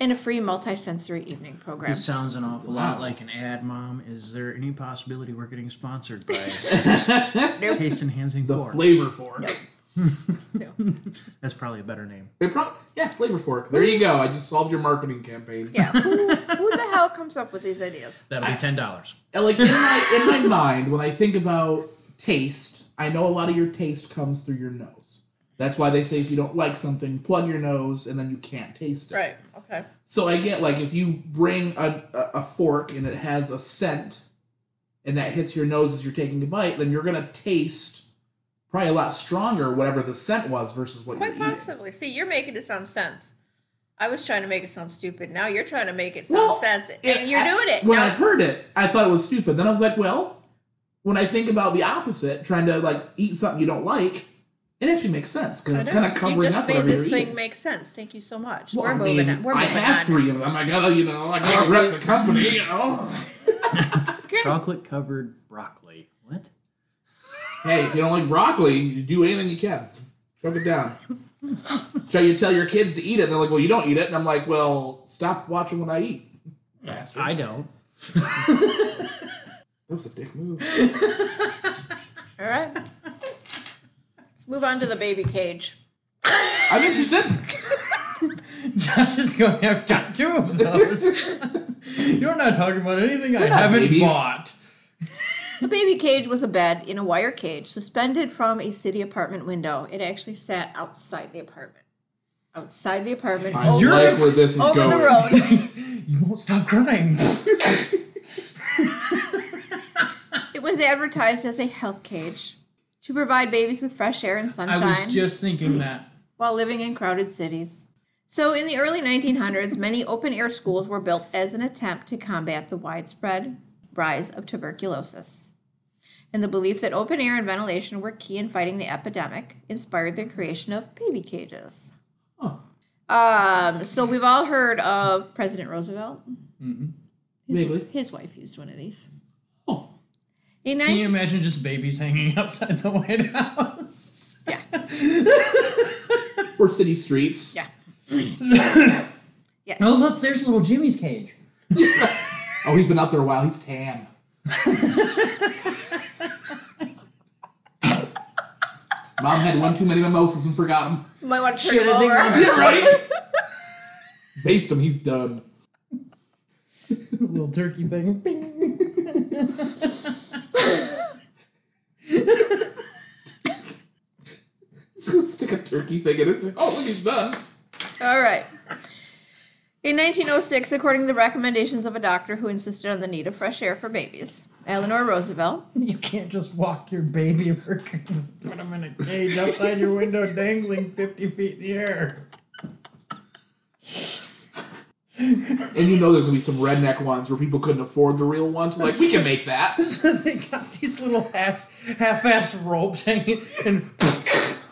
[SPEAKER 2] and a free multisensory evening program.
[SPEAKER 1] This sounds an awful
[SPEAKER 3] Wow.
[SPEAKER 1] lot like an ad, Mom. Is there any possibility we're getting sponsored by Taste Enhancing
[SPEAKER 3] The
[SPEAKER 1] Four?
[SPEAKER 3] flavor fork.
[SPEAKER 1] That's probably a better name.
[SPEAKER 3] It pro- yeah, flavor fork. There you go. I just solved your marketing campaign.
[SPEAKER 2] Yeah. Who, who the hell comes up with these ideas?
[SPEAKER 1] That'll be ten dollars.
[SPEAKER 3] And, like in my in my mind, when I think about taste, I know a lot of your taste comes through your nose. That's why they say if you don't like something, plug your nose, and then you can't taste it.
[SPEAKER 2] Okay.
[SPEAKER 3] So I get like if you bring a, a, a fork and it has a scent, and that hits your nose as you're taking a bite, then you're gonna taste probably a lot stronger whatever the scent was versus what
[SPEAKER 2] Quite
[SPEAKER 3] you're eating.
[SPEAKER 2] possibly. See, you're making it sound sense. I was trying to make it sound stupid. Now you're trying to make it sound
[SPEAKER 3] Well,
[SPEAKER 2] sense, and
[SPEAKER 3] it-
[SPEAKER 2] you're
[SPEAKER 3] I-
[SPEAKER 2] doing it.
[SPEAKER 3] When I
[SPEAKER 2] Now,
[SPEAKER 3] heard it, I thought it was stupid. Then I was like, well, when I think about the opposite, trying to like eat something you don't like, it actually makes sense because
[SPEAKER 2] I
[SPEAKER 3] it's
[SPEAKER 2] know.
[SPEAKER 3] kind of
[SPEAKER 2] You
[SPEAKER 3] covering
[SPEAKER 2] just
[SPEAKER 3] up
[SPEAKER 2] made
[SPEAKER 3] whatever
[SPEAKER 2] this
[SPEAKER 3] you're
[SPEAKER 2] thing
[SPEAKER 3] eating.
[SPEAKER 2] make sense. Thank you so much.
[SPEAKER 3] Well,
[SPEAKER 2] We're
[SPEAKER 3] I
[SPEAKER 2] moving
[SPEAKER 3] mean,
[SPEAKER 2] on. We're
[SPEAKER 3] I
[SPEAKER 2] moving
[SPEAKER 3] have
[SPEAKER 2] on.
[SPEAKER 3] three of them. I gotta, you know, I gotta rep the company. You know.
[SPEAKER 4] chocolate covered broccoli. What?
[SPEAKER 3] hey, if you don't like broccoli, you do anything you can. Choke it down. so you tell your kids to eat it, and they're like, well, you don't eat it. And I'm like, well, stop watching what I eat. Bastards.
[SPEAKER 1] I don't.
[SPEAKER 3] That was a dick move.
[SPEAKER 2] All right. Let's move on to the baby cage.
[SPEAKER 3] I'm interested.
[SPEAKER 4] Josh is going to have got two of those. You're not talking about anything I
[SPEAKER 3] not
[SPEAKER 4] haven't
[SPEAKER 3] babies.
[SPEAKER 4] bought.
[SPEAKER 2] The baby cage was a bed in a wire cage suspended from a city apartment window. It actually sat outside the apartment. Outside the apartment.
[SPEAKER 3] I
[SPEAKER 2] over-
[SPEAKER 3] like where this is
[SPEAKER 2] over
[SPEAKER 3] going.
[SPEAKER 2] the road.
[SPEAKER 4] You won't stop crying.
[SPEAKER 2] It was advertised as a health cage to provide babies with fresh air and
[SPEAKER 4] I
[SPEAKER 2] sunshine
[SPEAKER 4] was just thinking that.
[SPEAKER 2] while living in crowded cities. So, in the early 1900s, many open air schools were built as an attempt to combat the widespread rise of tuberculosis. And the belief that open air and ventilation were key in fighting the epidemic inspired the creation of baby cages.
[SPEAKER 3] Huh.
[SPEAKER 2] Um, so, we've all heard of President Roosevelt.
[SPEAKER 4] Mhm.
[SPEAKER 2] His,
[SPEAKER 3] Maybe.
[SPEAKER 2] his wife used one of these.
[SPEAKER 3] Oh.
[SPEAKER 2] In
[SPEAKER 4] Can
[SPEAKER 2] 19-
[SPEAKER 4] you imagine just babies hanging outside the White House?
[SPEAKER 2] Yeah.
[SPEAKER 3] Or city streets.
[SPEAKER 2] yeah. yes.
[SPEAKER 4] Oh, look, there's little Jimmy's cage.
[SPEAKER 3] Oh, he's been out there a while. He's tan. Mom had one too many mimosas and forgot him.
[SPEAKER 2] Might want to turn
[SPEAKER 4] Shit,
[SPEAKER 2] him
[SPEAKER 4] I think
[SPEAKER 2] over.
[SPEAKER 4] I'm-
[SPEAKER 3] Yeah, right? Based him, he's done.
[SPEAKER 4] little turkey thing. Bing.
[SPEAKER 3] He's gonna stick a turkey thing in it. Like, oh, look, he's done.
[SPEAKER 2] All right. In 1906, according to the recommendations of a doctor who insisted on the need of fresh air for babies, Eleanor Roosevelt,
[SPEAKER 4] You can't just walk your baby or put him in a cage outside your window dangling 50 feet in the air.
[SPEAKER 3] And you know there's gonna be some redneck ones where people couldn't afford the real ones. Like, we can make that.
[SPEAKER 4] So they got these little half half-ass ropes hanging and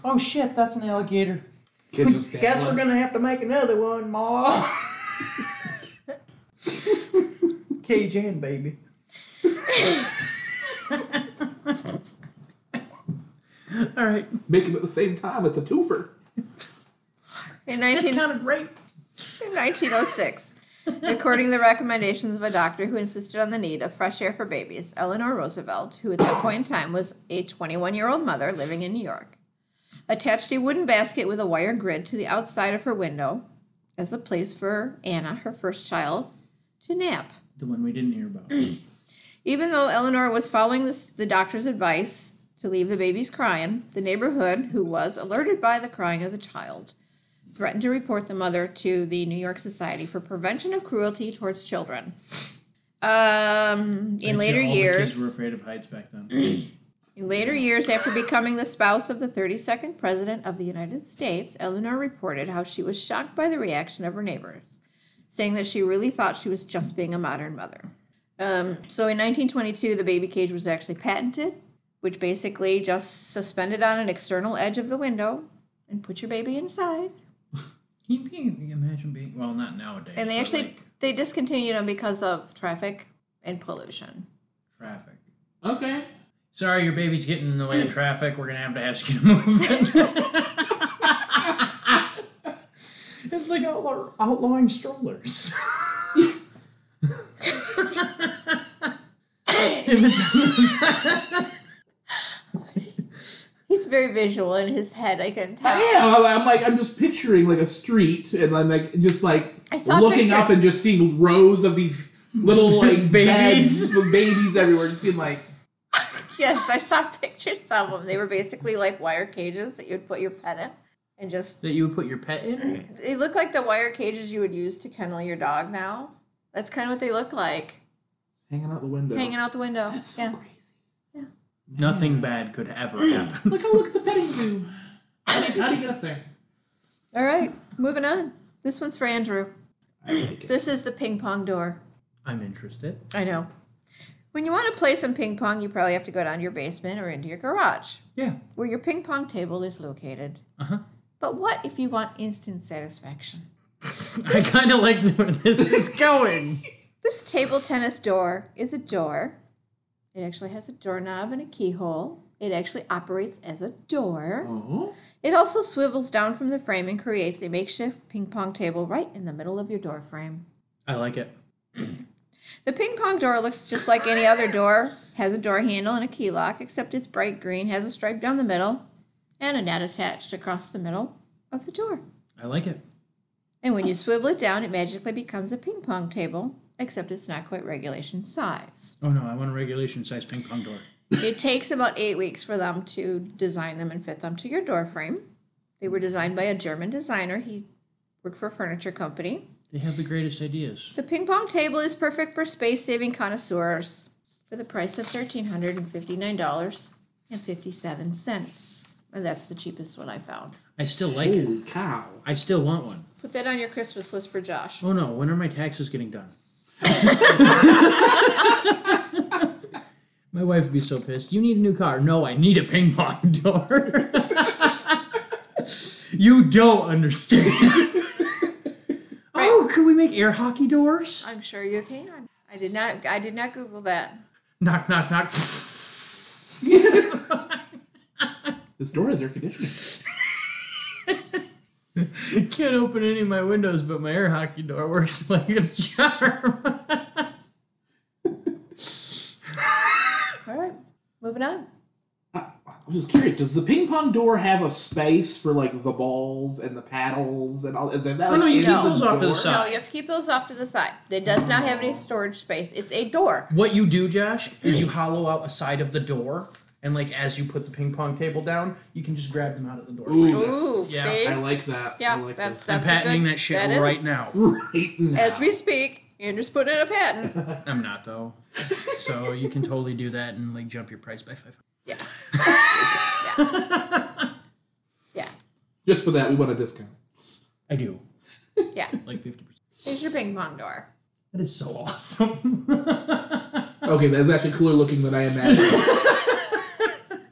[SPEAKER 4] oh shit, that's an alligator.
[SPEAKER 3] Kids just
[SPEAKER 4] Guess we're
[SPEAKER 3] dangling.
[SPEAKER 4] gonna have to make another one, Ma. Cage and baby. All right,
[SPEAKER 3] make them at the same time. It's a twofer.
[SPEAKER 2] in,
[SPEAKER 4] it's
[SPEAKER 2] 19,
[SPEAKER 4] kind of great.
[SPEAKER 2] in 1906, according to the recommendations of a doctor who insisted on the need of fresh air for babies, Eleanor Roosevelt, who at that point in time was a 21 year old mother living in New York, attached a wooden basket with a wire grid to the outside of her window as a place for Anna, her first child, to nap.
[SPEAKER 4] The one we didn't hear about.
[SPEAKER 2] Even though Eleanor was following this, the doctor's advice to leave the babies crying, the neighborhood, who was alerted by the crying of the child, threatened to report the mother to the New York Society for Prevention of Cruelty Towards Children. Um, in later
[SPEAKER 4] all The kids were
[SPEAKER 2] years,
[SPEAKER 4] afraid of heights back then.
[SPEAKER 2] in later years, after becoming the spouse of the 32nd President of the United States, Eleanor reported how she was shocked by the reaction of her neighbors, saying that she really thought she was just being a modern mother. Um, so in 1922, the baby cage was actually patented, which basically just suspended on an external edge of the window and put your baby inside.
[SPEAKER 4] Can you be, imagine being well? Not nowadays.
[SPEAKER 2] And they
[SPEAKER 4] but,
[SPEAKER 2] actually
[SPEAKER 4] like,
[SPEAKER 2] they discontinued them because of traffic and pollution.
[SPEAKER 4] traffic.
[SPEAKER 3] Okay.
[SPEAKER 4] Sorry, your baby's getting in the way of traffic. We're gonna have to ask you to move it.
[SPEAKER 1] It's like outlaw- outlawing strollers.
[SPEAKER 2] He's very visual in his head. I can tell.
[SPEAKER 3] I am. I'm- I'm like I'm just picturing like a street, and I'm like just like
[SPEAKER 2] I saw
[SPEAKER 3] looking
[SPEAKER 2] pictures.
[SPEAKER 3] up and just seeing rows of these little like
[SPEAKER 1] Babies.
[SPEAKER 3] bags with babies everywhere, just being like,
[SPEAKER 2] Yes, I saw pictures of them. They were basically like wire cages that you'd put your pet in, and just
[SPEAKER 1] that you would put your pet in?
[SPEAKER 2] they look like the wire cages you would use to kennel your dog now. That's kind of what they look like,
[SPEAKER 3] hanging out the window.
[SPEAKER 2] hanging out the window.
[SPEAKER 3] That's so
[SPEAKER 2] yeah.
[SPEAKER 3] crazy.
[SPEAKER 1] Nothing bad could ever happen.
[SPEAKER 3] Look how oh, look it's a petting zoo. How do you, how do you get up there?
[SPEAKER 2] All right, moving on. This one's for Andrew.
[SPEAKER 3] I like it.
[SPEAKER 2] This is the ping pong door.
[SPEAKER 1] I'm interested.
[SPEAKER 2] I know. When you want to play some ping pong, you probably have to go down to your basement or into your garage,
[SPEAKER 1] Yeah.
[SPEAKER 2] where your ping pong table is located.
[SPEAKER 1] Uh huh.
[SPEAKER 2] But what if you want instant satisfaction?
[SPEAKER 1] I kind of like where this is going.
[SPEAKER 2] This table tennis door is a door. It actually has a doorknob and a keyhole. It actually operates as a door.
[SPEAKER 3] Oh,
[SPEAKER 2] It also swivels down from the frame and creates a makeshift ping pong table right in the middle of your door frame.
[SPEAKER 1] I like it.
[SPEAKER 2] The ping pong door looks just like any other door, has a door handle and a key lock, except it's bright green, has a stripe down the middle, and a net attached across the middle of the door.
[SPEAKER 1] I like it.
[SPEAKER 2] And when you swivel it down, it magically becomes a ping pong table, except it's not quite regulation size.
[SPEAKER 1] Oh no, I want a regulation size ping pong door.
[SPEAKER 2] It takes about eight weeks for them to design them and fit them to your door frame. They were designed by a German designer. He worked for a furniture company.
[SPEAKER 1] They have the greatest ideas.
[SPEAKER 2] The ping pong table is perfect for space saving connoisseurs for the price of $1,359.57. And that's the cheapest one I found.
[SPEAKER 1] I still like it.
[SPEAKER 3] holy cow!
[SPEAKER 1] I still want one.
[SPEAKER 2] Put that on your Christmas list for Josh.
[SPEAKER 1] Oh no, when are my taxes getting done? my wife would be so pissed. You need a new car. No, I need a ping pong door. you don't understand. oh, could we make air hockey doors?
[SPEAKER 2] I'm sure you can. I did not I did not Google that.
[SPEAKER 1] Knock, knock, knock.
[SPEAKER 3] This door has air conditioning.
[SPEAKER 1] I can't open any of my windows, but my air hockey door works like a charm.
[SPEAKER 2] All right. Moving on.
[SPEAKER 3] I'm just curious. Does the ping pong door have a space for like the balls and the paddles and all? Is that
[SPEAKER 1] Oh, no, you
[SPEAKER 3] in
[SPEAKER 1] keep those off to the
[SPEAKER 3] door?
[SPEAKER 1] side.
[SPEAKER 2] No, you have to keep those off to the side. It does not have any storage space. It's a door.
[SPEAKER 1] What you do, Josh, is you hollow out a side of the door, and like as you put the ping pong table down, you can just grab them out of the door.
[SPEAKER 3] Ooh, that's-
[SPEAKER 2] Ooh,
[SPEAKER 1] Yeah,
[SPEAKER 2] see?
[SPEAKER 3] I like that.
[SPEAKER 2] Yeah,
[SPEAKER 3] I like
[SPEAKER 2] that's-
[SPEAKER 3] this.
[SPEAKER 1] I'm
[SPEAKER 2] that's-
[SPEAKER 1] patenting
[SPEAKER 2] good-
[SPEAKER 1] that shit
[SPEAKER 2] that is-
[SPEAKER 1] right now.
[SPEAKER 3] right now.
[SPEAKER 2] As we speak, Andrew's put in a patent.
[SPEAKER 1] I'm not though, so you can totally do that and like jump your price by five.
[SPEAKER 2] Yeah. yeah.
[SPEAKER 3] Just for that, we want a discount.
[SPEAKER 1] I do
[SPEAKER 2] Yeah. Yeah.
[SPEAKER 1] like fifty percent.
[SPEAKER 2] There's your ping pong door.
[SPEAKER 1] That is so awesome.
[SPEAKER 3] Okay, that's actually cooler looking than I imagined.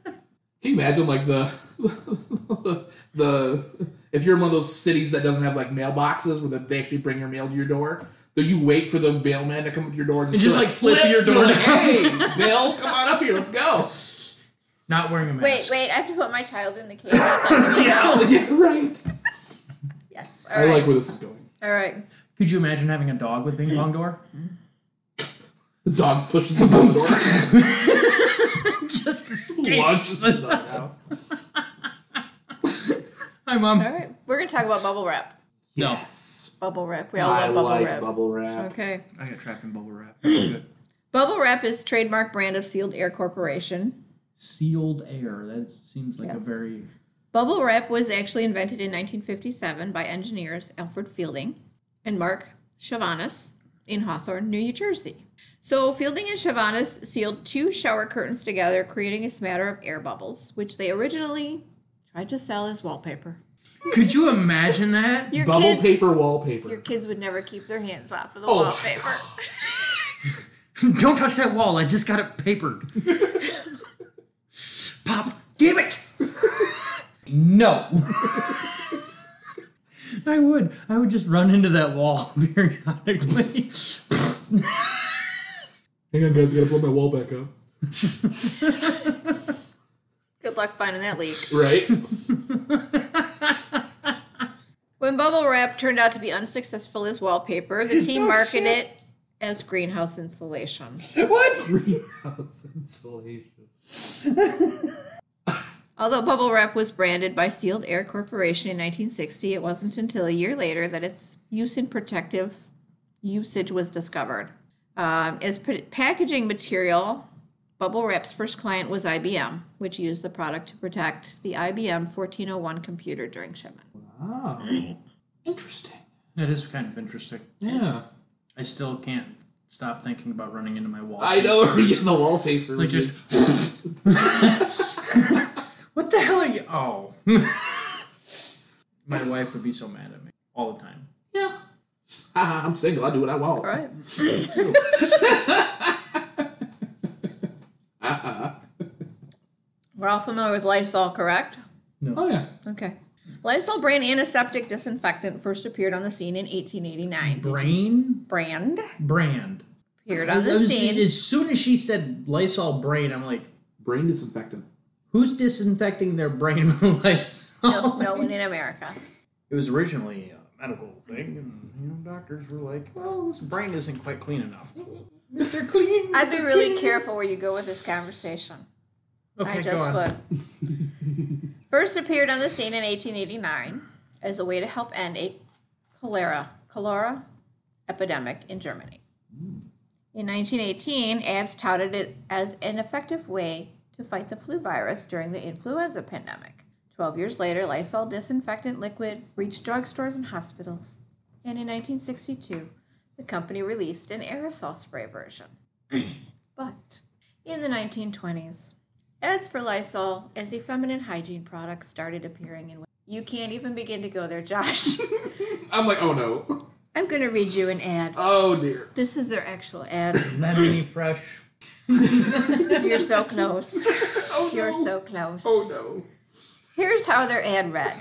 [SPEAKER 3] Can you imagine like the the if you're in one of those cities that doesn't have like mailboxes where they actually bring your mail to your door? Do you wait for the mailman to come to your door and,
[SPEAKER 1] And just, like, flip your door
[SPEAKER 3] You're like,
[SPEAKER 1] down.
[SPEAKER 3] hey, Bill, come on up here. Let's go.
[SPEAKER 1] not wearing a mask.
[SPEAKER 2] Wait, wait. I have to put my child in the cage. outside the window.
[SPEAKER 3] Oh, yeah, right.
[SPEAKER 2] Yes. All
[SPEAKER 3] I
[SPEAKER 2] right.
[SPEAKER 3] like where this is going.
[SPEAKER 2] All right.
[SPEAKER 1] Could you imagine having a dog with ping pong door?
[SPEAKER 3] The dog pushes the door.
[SPEAKER 1] just
[SPEAKER 3] Launches the dog out.
[SPEAKER 1] Hi, mom.
[SPEAKER 2] All right. We're going to talk about bubble wrap.
[SPEAKER 1] No,
[SPEAKER 3] Yes.
[SPEAKER 2] Bubble wrap. We all
[SPEAKER 3] I
[SPEAKER 2] love bubble
[SPEAKER 3] like
[SPEAKER 2] wrap.
[SPEAKER 3] bubble wrap.
[SPEAKER 2] Okay.
[SPEAKER 1] I got trapped in bubble wrap. Good.
[SPEAKER 2] Bubble wrap is trademark brand of Sealed Air Corporation.
[SPEAKER 1] Sealed air. That seems like a
[SPEAKER 2] Yes.
[SPEAKER 1] very
[SPEAKER 2] Bubble wrap was actually invented in 1957 by engineers Alfred Fielding and Mark Chavanis in Hawthorne, New Jersey. So Fielding and Chavannes sealed two shower curtains together, creating a smatter of air bubbles, which they originally tried to sell as wallpaper.
[SPEAKER 1] Could you imagine that?
[SPEAKER 2] Your
[SPEAKER 3] Bubble
[SPEAKER 2] kids,
[SPEAKER 3] paper wallpaper.
[SPEAKER 2] Your kids would never keep their hands off of the
[SPEAKER 3] Oh.
[SPEAKER 2] wallpaper.
[SPEAKER 1] Don't touch that wall. I just got it papered. Pop, damn it! no. I would. I would just run into that wall periodically.
[SPEAKER 3] Hang on, guys. I gotta put my wall back up.
[SPEAKER 2] Good luck finding that leak.
[SPEAKER 3] Right.
[SPEAKER 2] When bubble wrap turned out to be unsuccessful as wallpaper, the team
[SPEAKER 3] Oh,
[SPEAKER 2] marketed
[SPEAKER 3] shit.
[SPEAKER 2] it as greenhouse insulation.
[SPEAKER 3] what? Greenhouse insulation.
[SPEAKER 2] Although bubble wrap was branded by Sealed Air Corporation in 1960, it wasn't until a year later that its use in protective usage was discovered. Um, as p- packaging material, bubble wrap's first client was IBM, which used the product to protect the IBM 1401 computer during shipment.
[SPEAKER 3] Wow. Ah. Interesting.
[SPEAKER 1] that is kind of interesting.
[SPEAKER 3] Yeah.
[SPEAKER 1] I still can't stop thinking about running into my wall.
[SPEAKER 3] I know we're getting the wallpaper.
[SPEAKER 1] Like just. what the hell are you? Oh. my wife would be so mad at me all the time.
[SPEAKER 3] yeah. Ah, I'm single. I do what I want.
[SPEAKER 2] Right? We're all familiar with Lysol, correct?
[SPEAKER 3] Oh yeah.
[SPEAKER 2] Okay. Lysol brand antiseptic disinfectant first appeared on the scene in 1889.
[SPEAKER 1] Brain
[SPEAKER 2] Brand
[SPEAKER 1] brand.
[SPEAKER 2] appeared on
[SPEAKER 1] I
[SPEAKER 2] the
[SPEAKER 1] was-
[SPEAKER 2] scene.
[SPEAKER 1] As soon as she said Lysol brain, I'm like,
[SPEAKER 3] Brain disinfectant.
[SPEAKER 1] who's disinfecting their brain with Lysol?
[SPEAKER 2] No, no one in America.
[SPEAKER 1] It was originally a medical thing, and you know, doctors were like, "Well, this brain isn't quite clean enough." Mister Clean.
[SPEAKER 2] I'd be
[SPEAKER 1] Mr.
[SPEAKER 2] really
[SPEAKER 1] Clean.
[SPEAKER 2] careful where you go with this conversation.
[SPEAKER 1] Okay, go
[SPEAKER 2] I just
[SPEAKER 1] on.
[SPEAKER 2] would. First appeared on the scene in 1889 as a way to help end a cholera cholera epidemic in Germany. In 1918, ads touted it as an effective way to fight the flu virus during the influenza pandemic. Twelve years later, Lysol disinfectant liquid reached drugstores and hospitals. And in 1962, the company released an aerosol spray version. but in the 1920s, Ads for Lysol as a feminine hygiene product started appearing in. You can't even begin to go there, Josh.
[SPEAKER 3] I'm like, oh no.
[SPEAKER 2] I'm going to read you an ad.
[SPEAKER 3] Oh dear.
[SPEAKER 2] This is their actual ad.
[SPEAKER 1] Lemony fresh.
[SPEAKER 2] You're so close.
[SPEAKER 3] Oh
[SPEAKER 2] You're
[SPEAKER 3] no.
[SPEAKER 2] so close.
[SPEAKER 3] Oh no.
[SPEAKER 2] Here's how their ad read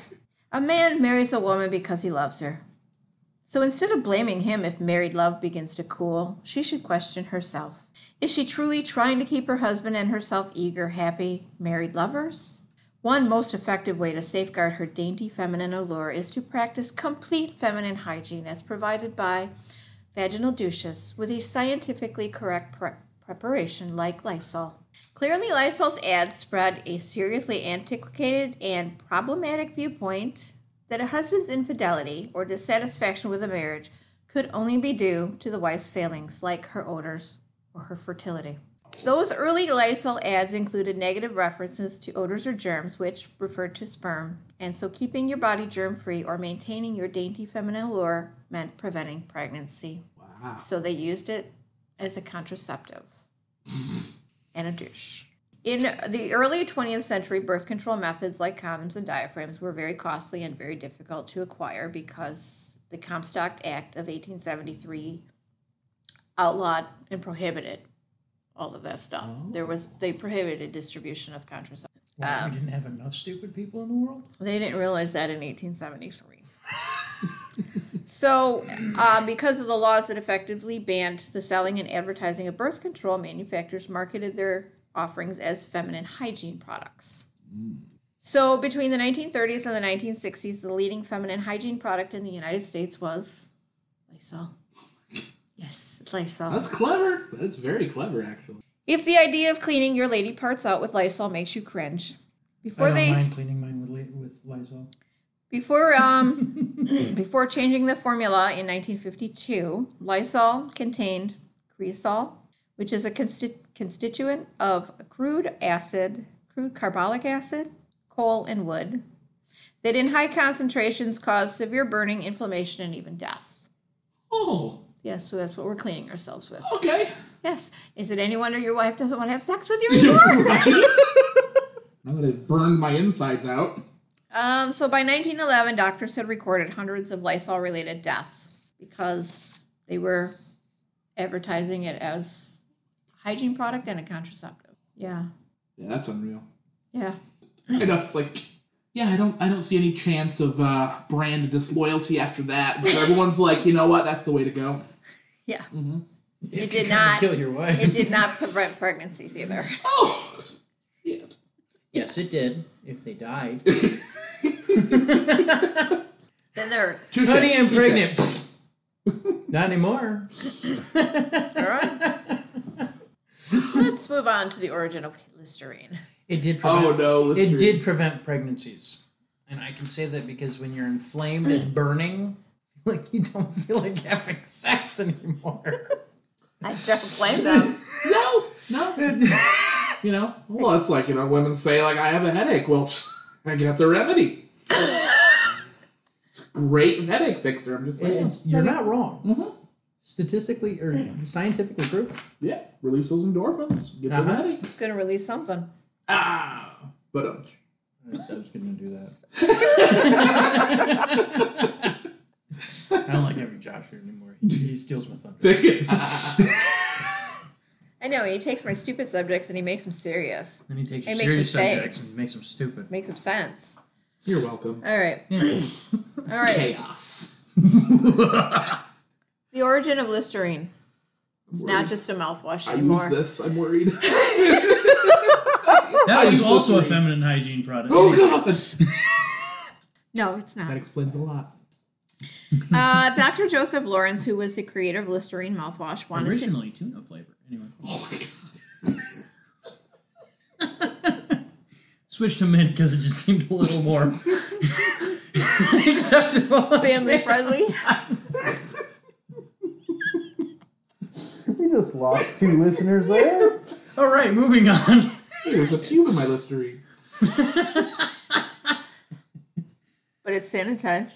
[SPEAKER 2] A man marries a woman because he loves her. So instead of blaming him if married love begins to cool, she should question herself. Is she truly trying to keep her husband and herself eager, happy, married lovers? One most effective way to safeguard her dainty feminine allure is to practice complete feminine hygiene as provided by vaginal douches with a scientifically correct pre- preparation like Lysol. Clearly, Lysol's ad spread a seriously antiquated and problematic viewpoint that a husband's infidelity or dissatisfaction with a marriage could only be due to the wife's failings, like her odors or her fertility. Those early Lysol ads included negative references to odors or germs, which referred to sperm, and so keeping your body germ free or maintaining your dainty feminine allure meant preventing pregnancy.
[SPEAKER 3] Wow.
[SPEAKER 2] So they used it as a contraceptive and a douche. In the early 20th century, birth control methods like condoms and diaphragms were very costly and very difficult to acquire because the Comstock Act of 1873 outlawed and prohibited all of that stuff. There was they prohibited distribution of contraceptives.
[SPEAKER 4] Wow,
[SPEAKER 2] Um,
[SPEAKER 4] we didn't have enough stupid people in the world.
[SPEAKER 2] They didn't realize that in 1873. so, um, because of the laws that effectively banned the selling and advertising of birth control, manufacturers marketed their offerings as feminine hygiene products. So, between the 1930s and the 1960s, the leading feminine hygiene product in the United States was Lysol. Yes, Lysol.
[SPEAKER 3] That's clever. That's very clever, actually.
[SPEAKER 2] if the idea of cleaning your lady parts out with Lysol makes you cringe,
[SPEAKER 4] I
[SPEAKER 2] before
[SPEAKER 4] don't
[SPEAKER 2] they
[SPEAKER 4] mind cleaning mine with, li- with Lysol.
[SPEAKER 2] Before um before changing the formula in 1952, Lysol contained cresol, which is a consti- constituent of crude acid, crude carbolic acid, coal, and wood, that in high concentrations cause severe burning, inflammation, and even death.
[SPEAKER 3] Oh.
[SPEAKER 2] Yes, so that's what we're cleaning ourselves with.
[SPEAKER 3] Okay.
[SPEAKER 2] Yes. Is it any wonder your wife doesn't want to have sex with you anymore?
[SPEAKER 3] Now that I've burned my insides out.
[SPEAKER 2] Um, so by 1911, doctors had recorded hundreds of Lysol related deaths because they were advertising it as hygiene product and a contraceptive. Yeah.
[SPEAKER 3] Yeah, that's unreal.
[SPEAKER 2] Yeah.
[SPEAKER 3] I know it's like, yeah, I don't, I don't see any chance of uh, brand disloyalty after that. But everyone's like, you know what? That's the way to go.
[SPEAKER 2] Yeah.
[SPEAKER 4] If
[SPEAKER 2] It
[SPEAKER 4] you're
[SPEAKER 2] did
[SPEAKER 4] trying to
[SPEAKER 2] not-
[SPEAKER 4] kill your wife.
[SPEAKER 2] It did not prevent pregnancies either.
[SPEAKER 3] Oh, shit.
[SPEAKER 1] Yes, it did. If they died,
[SPEAKER 2] Then they're
[SPEAKER 3] Touche,
[SPEAKER 1] honey, I'm
[SPEAKER 3] touche.
[SPEAKER 1] pregnant. Not anymore.
[SPEAKER 2] all right. Let's move on to the origin of Listerine.
[SPEAKER 1] It did. Prevent,
[SPEAKER 3] Oh no,
[SPEAKER 1] It
[SPEAKER 3] Listerine.
[SPEAKER 1] did prevent pregnancies, and I can say that because when you're inflamed and burning, like you don't feel like having sex anymore.
[SPEAKER 2] I don't blame them.
[SPEAKER 3] No, no. you know, well, it's like you know, women say like, I have a headache. Well, I get up the remedy. it's a great headache fixer. I'm just
[SPEAKER 1] It-
[SPEAKER 3] like,
[SPEAKER 1] it's- you're not wrong.
[SPEAKER 3] Mhm.
[SPEAKER 1] Statistically or scientifically proven.
[SPEAKER 3] yeah, release those endorphins. Get rid of the
[SPEAKER 1] Uh-huh.
[SPEAKER 3] headache.
[SPEAKER 2] It's gonna release something.
[SPEAKER 3] Ah, but um,
[SPEAKER 1] I was going to do that. I don't like having Josh here anymore. He, he steals my thunder.
[SPEAKER 3] take it.
[SPEAKER 2] I know he takes my stupid subjects and he makes them serious.
[SPEAKER 1] Then he takes
[SPEAKER 2] It
[SPEAKER 1] your
[SPEAKER 2] makes
[SPEAKER 1] serious
[SPEAKER 2] him fake.
[SPEAKER 1] subjects and makes them stupid.
[SPEAKER 2] Makes some sense.
[SPEAKER 3] You're welcome.
[SPEAKER 2] All right. All right.
[SPEAKER 3] Chaos.
[SPEAKER 2] The origin of Listerine. It's not
[SPEAKER 3] Worried.
[SPEAKER 2] just a mouthwash
[SPEAKER 3] I
[SPEAKER 2] anymore.
[SPEAKER 3] use this. I'm worried.
[SPEAKER 5] That was
[SPEAKER 3] Are you
[SPEAKER 5] also a
[SPEAKER 3] listening?
[SPEAKER 5] feminine hygiene product.
[SPEAKER 3] oh god,
[SPEAKER 2] No, it's
[SPEAKER 3] that
[SPEAKER 2] not.
[SPEAKER 3] explains a lot.
[SPEAKER 2] Uh, Dr. Joseph Lawrence, who was the creator of Listerine mouthwash, wanted to.
[SPEAKER 5] Originally tuna flavor. Anyway,
[SPEAKER 3] Oh my god.
[SPEAKER 5] switched to mint because it just seemed a little more acceptable.
[SPEAKER 2] Family friendly.
[SPEAKER 4] We just lost two listeners there.
[SPEAKER 5] All right, moving on.
[SPEAKER 3] Hey, there's a cube in my Listerine.
[SPEAKER 2] but it's sanitized.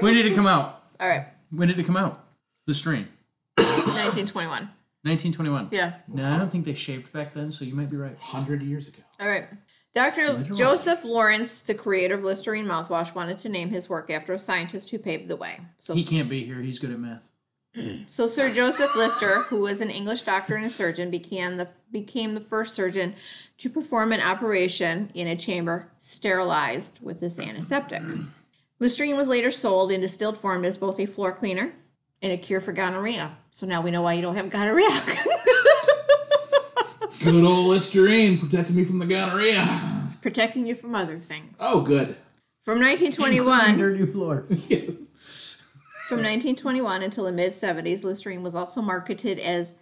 [SPEAKER 5] When did it come out?
[SPEAKER 2] All right.
[SPEAKER 5] When did it come out? The stream.
[SPEAKER 2] 1921.
[SPEAKER 5] 1921.
[SPEAKER 2] Yeah.
[SPEAKER 5] No, I don't think they shaved back then, so you might be right.
[SPEAKER 3] Hundred years ago.
[SPEAKER 2] All right. Dr. Joseph Lawrence, the creator of Listerine mouthwash, wanted to name his work after a scientist who paved the way. So
[SPEAKER 5] He can't be here. He's good at math.
[SPEAKER 2] So Sir Joseph Lister, who was an English doctor and a surgeon, became the became the first surgeon to perform an operation in a chamber sterilized with this antiseptic. Listerine was later sold in distilled form as both a floor cleaner and a cure for gonorrhea. So now we know why you don't have gonorrhea.
[SPEAKER 3] Good old Listerine protected me from the gonorrhea.
[SPEAKER 2] it's protecting you from other things.
[SPEAKER 3] Oh, good.
[SPEAKER 2] From 1921
[SPEAKER 4] Dirty floor.
[SPEAKER 3] Yes.
[SPEAKER 2] From 1921 until the mid 70s, Listerine was also marketed as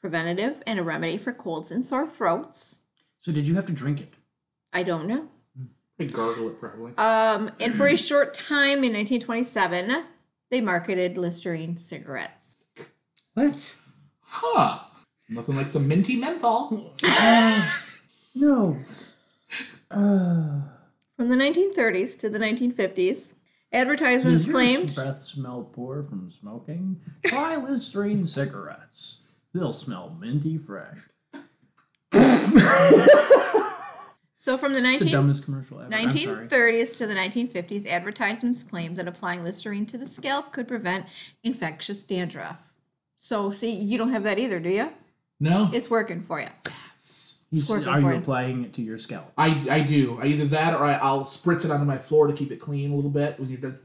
[SPEAKER 2] preventative and a remedy for colds and sore throats.
[SPEAKER 5] So did you have to drink it?
[SPEAKER 2] I don't know.
[SPEAKER 3] I gargle it probably.
[SPEAKER 2] Um, and for a short time in 1927, they marketed Listerine cigarettes.
[SPEAKER 1] What?
[SPEAKER 3] Huh. Nothing like some minty menthol.
[SPEAKER 1] No.
[SPEAKER 5] Uh,
[SPEAKER 2] From the 1930s to the 1950s, advertisements
[SPEAKER 5] Does your
[SPEAKER 2] claimed.
[SPEAKER 5] breath smell poor from smoking? Try Listerine cigarettes. They'll smell minty fresh.
[SPEAKER 2] So from the
[SPEAKER 5] It's the
[SPEAKER 2] 19,
[SPEAKER 5] dumbest commercial ever. I'm sorry.
[SPEAKER 2] 1930s to the 1950s, advertisements claimed that applying Listerine to the scalp could prevent infectious dandruff. So, see, you don't have that either, do you?
[SPEAKER 3] No.
[SPEAKER 2] It's working for you.
[SPEAKER 5] He's-
[SPEAKER 2] working
[SPEAKER 5] are
[SPEAKER 2] for
[SPEAKER 5] you
[SPEAKER 2] him.
[SPEAKER 5] applying it to your scalp?
[SPEAKER 3] I, I do. I either that or I, I'll spritz it onto my floor to keep it clean a little bit when you're done.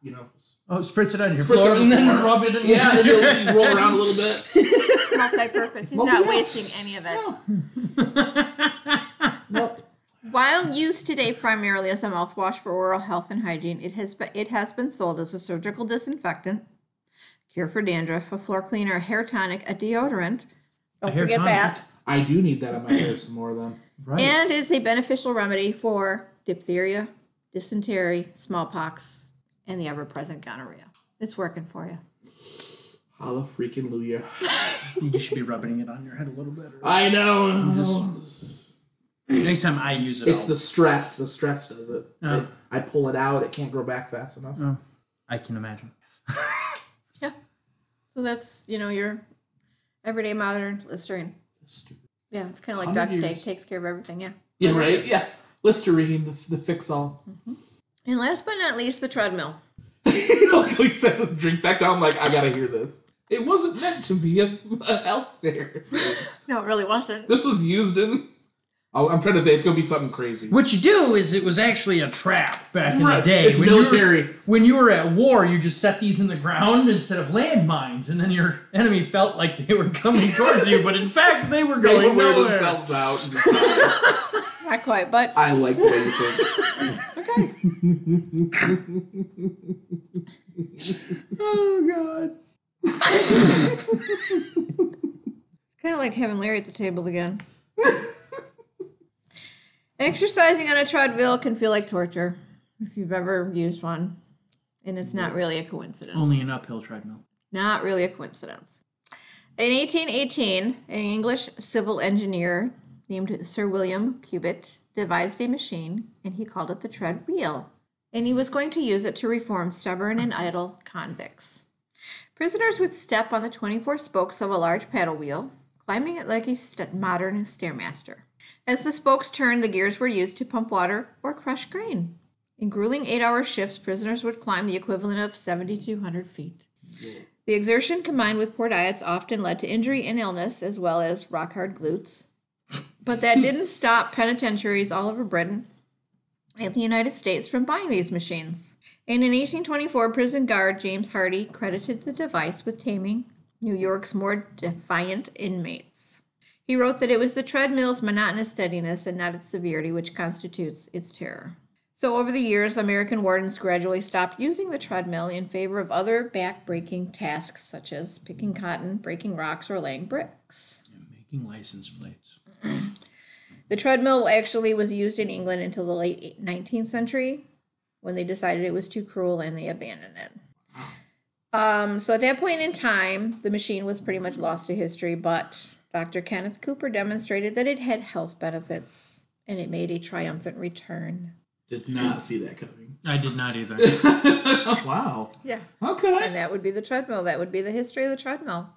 [SPEAKER 3] You know.
[SPEAKER 5] Oh, spritz it on your
[SPEAKER 3] Spritz it
[SPEAKER 5] floor
[SPEAKER 3] on
[SPEAKER 5] and
[SPEAKER 3] the
[SPEAKER 5] then
[SPEAKER 3] floor.
[SPEAKER 5] rub it in.
[SPEAKER 3] Yeah, and it'll just roll around a little bit.
[SPEAKER 2] multi-purpose. He's
[SPEAKER 3] Well,
[SPEAKER 2] not
[SPEAKER 3] yeah.
[SPEAKER 2] wasting any of it.
[SPEAKER 3] No.
[SPEAKER 2] While used today primarily as a mouthwash for oral health and hygiene, it has been, it has been sold as a surgical disinfectant, cure for dandruff, a floor cleaner, a hair tonic, a deodorant. Don't
[SPEAKER 5] hair
[SPEAKER 2] forget
[SPEAKER 5] tonic.
[SPEAKER 2] that.
[SPEAKER 3] I do need that on my hair some more then.
[SPEAKER 5] Right.
[SPEAKER 2] And it's a beneficial remedy for diphtheria, dysentery, smallpox, and the ever-present gonorrhea. It's working for you.
[SPEAKER 3] Holla freaking Luya.
[SPEAKER 5] you should be rubbing it on your head a little bit.
[SPEAKER 3] I know.
[SPEAKER 5] Next time I use it,
[SPEAKER 3] It's
[SPEAKER 5] I'll-
[SPEAKER 3] the stress. The stress does it.
[SPEAKER 5] Oh.
[SPEAKER 3] I, I pull it out. It can't grow back fast enough.
[SPEAKER 5] I can imagine.
[SPEAKER 2] Yeah. So that's you know your everyday modern Listerine.
[SPEAKER 3] Listerine.
[SPEAKER 2] Yeah, it's kind of like duct
[SPEAKER 3] Hundred
[SPEAKER 2] tape.
[SPEAKER 3] years.
[SPEAKER 2] Takes care of everything. Yeah.
[SPEAKER 3] Yeah, right? Yeah. Listerine, the, the fix all.
[SPEAKER 2] And last but not least, the treadmill.
[SPEAKER 3] like, we set this drink back down, like, I gotta hear this. It wasn't meant to be a, a health fair.
[SPEAKER 2] No, it really wasn't.
[SPEAKER 3] this was used in. Oh, I'm trying to think. It's gonna be something crazy.
[SPEAKER 1] What you do is it was actually a trap back in the
[SPEAKER 3] Right,
[SPEAKER 1] day.
[SPEAKER 3] it's
[SPEAKER 1] you were-
[SPEAKER 3] military.
[SPEAKER 1] when you were at war, you just set these in the ground instead of landmines, and then your enemy felt like they were coming towards you, but in fact they were
[SPEAKER 3] They
[SPEAKER 1] going
[SPEAKER 3] would wear
[SPEAKER 1] nowhere.
[SPEAKER 3] themselves out. and just-
[SPEAKER 2] Not quite, but
[SPEAKER 3] I like the way you think.
[SPEAKER 2] okay.
[SPEAKER 1] Oh god.
[SPEAKER 2] kind of like having Larry at the table again. Exercising on a treadmill can feel like torture if you've ever used one, and it's not really a coincidence.
[SPEAKER 1] Only an uphill treadmill.
[SPEAKER 2] Not really a coincidence. In 1818, an English civil engineer named Sir William Cubitt devised a machine and he called it the tread wheel. And he was going to use it to reform stubborn and idle convicts. Prisoners would step on the 24 spokes of a large paddle wheel, climbing it like a st- modern stairmaster. As the spokes turned, the gears were used to pump water or crush grain. In grueling eight hour shifts, prisoners would climb the equivalent of 7,200 feet. The exertion combined with poor diets often led to injury and illness, as well as rock hard glutes. But that didn't stop penitentiaries all over Britain and the United States from buying these machines. And in 1824, prison guard James Hardy credited the device with taming New York's more defiant inmates. He wrote that it was the treadmill's monotonous steadiness and not its severity which constitutes its terror. So, over the years, American wardens gradually stopped using the treadmill in favor of other back breaking tasks such as picking cotton, breaking rocks, or laying bricks.
[SPEAKER 1] Making license plates.
[SPEAKER 2] The treadmill actually was used in England until the late 19th century when they decided it was too cruel and they abandoned it. Um, so at that point in time, the machine was pretty much lost to history, but Dr. Kenneth Cooper demonstrated that it had health benefits and it made a triumphant return.
[SPEAKER 3] Did not see that coming.
[SPEAKER 1] I did not either.
[SPEAKER 3] Oh, wow.
[SPEAKER 2] Yeah.
[SPEAKER 3] Okay.
[SPEAKER 2] And that would be the treadmill. That would be the history of the treadmill.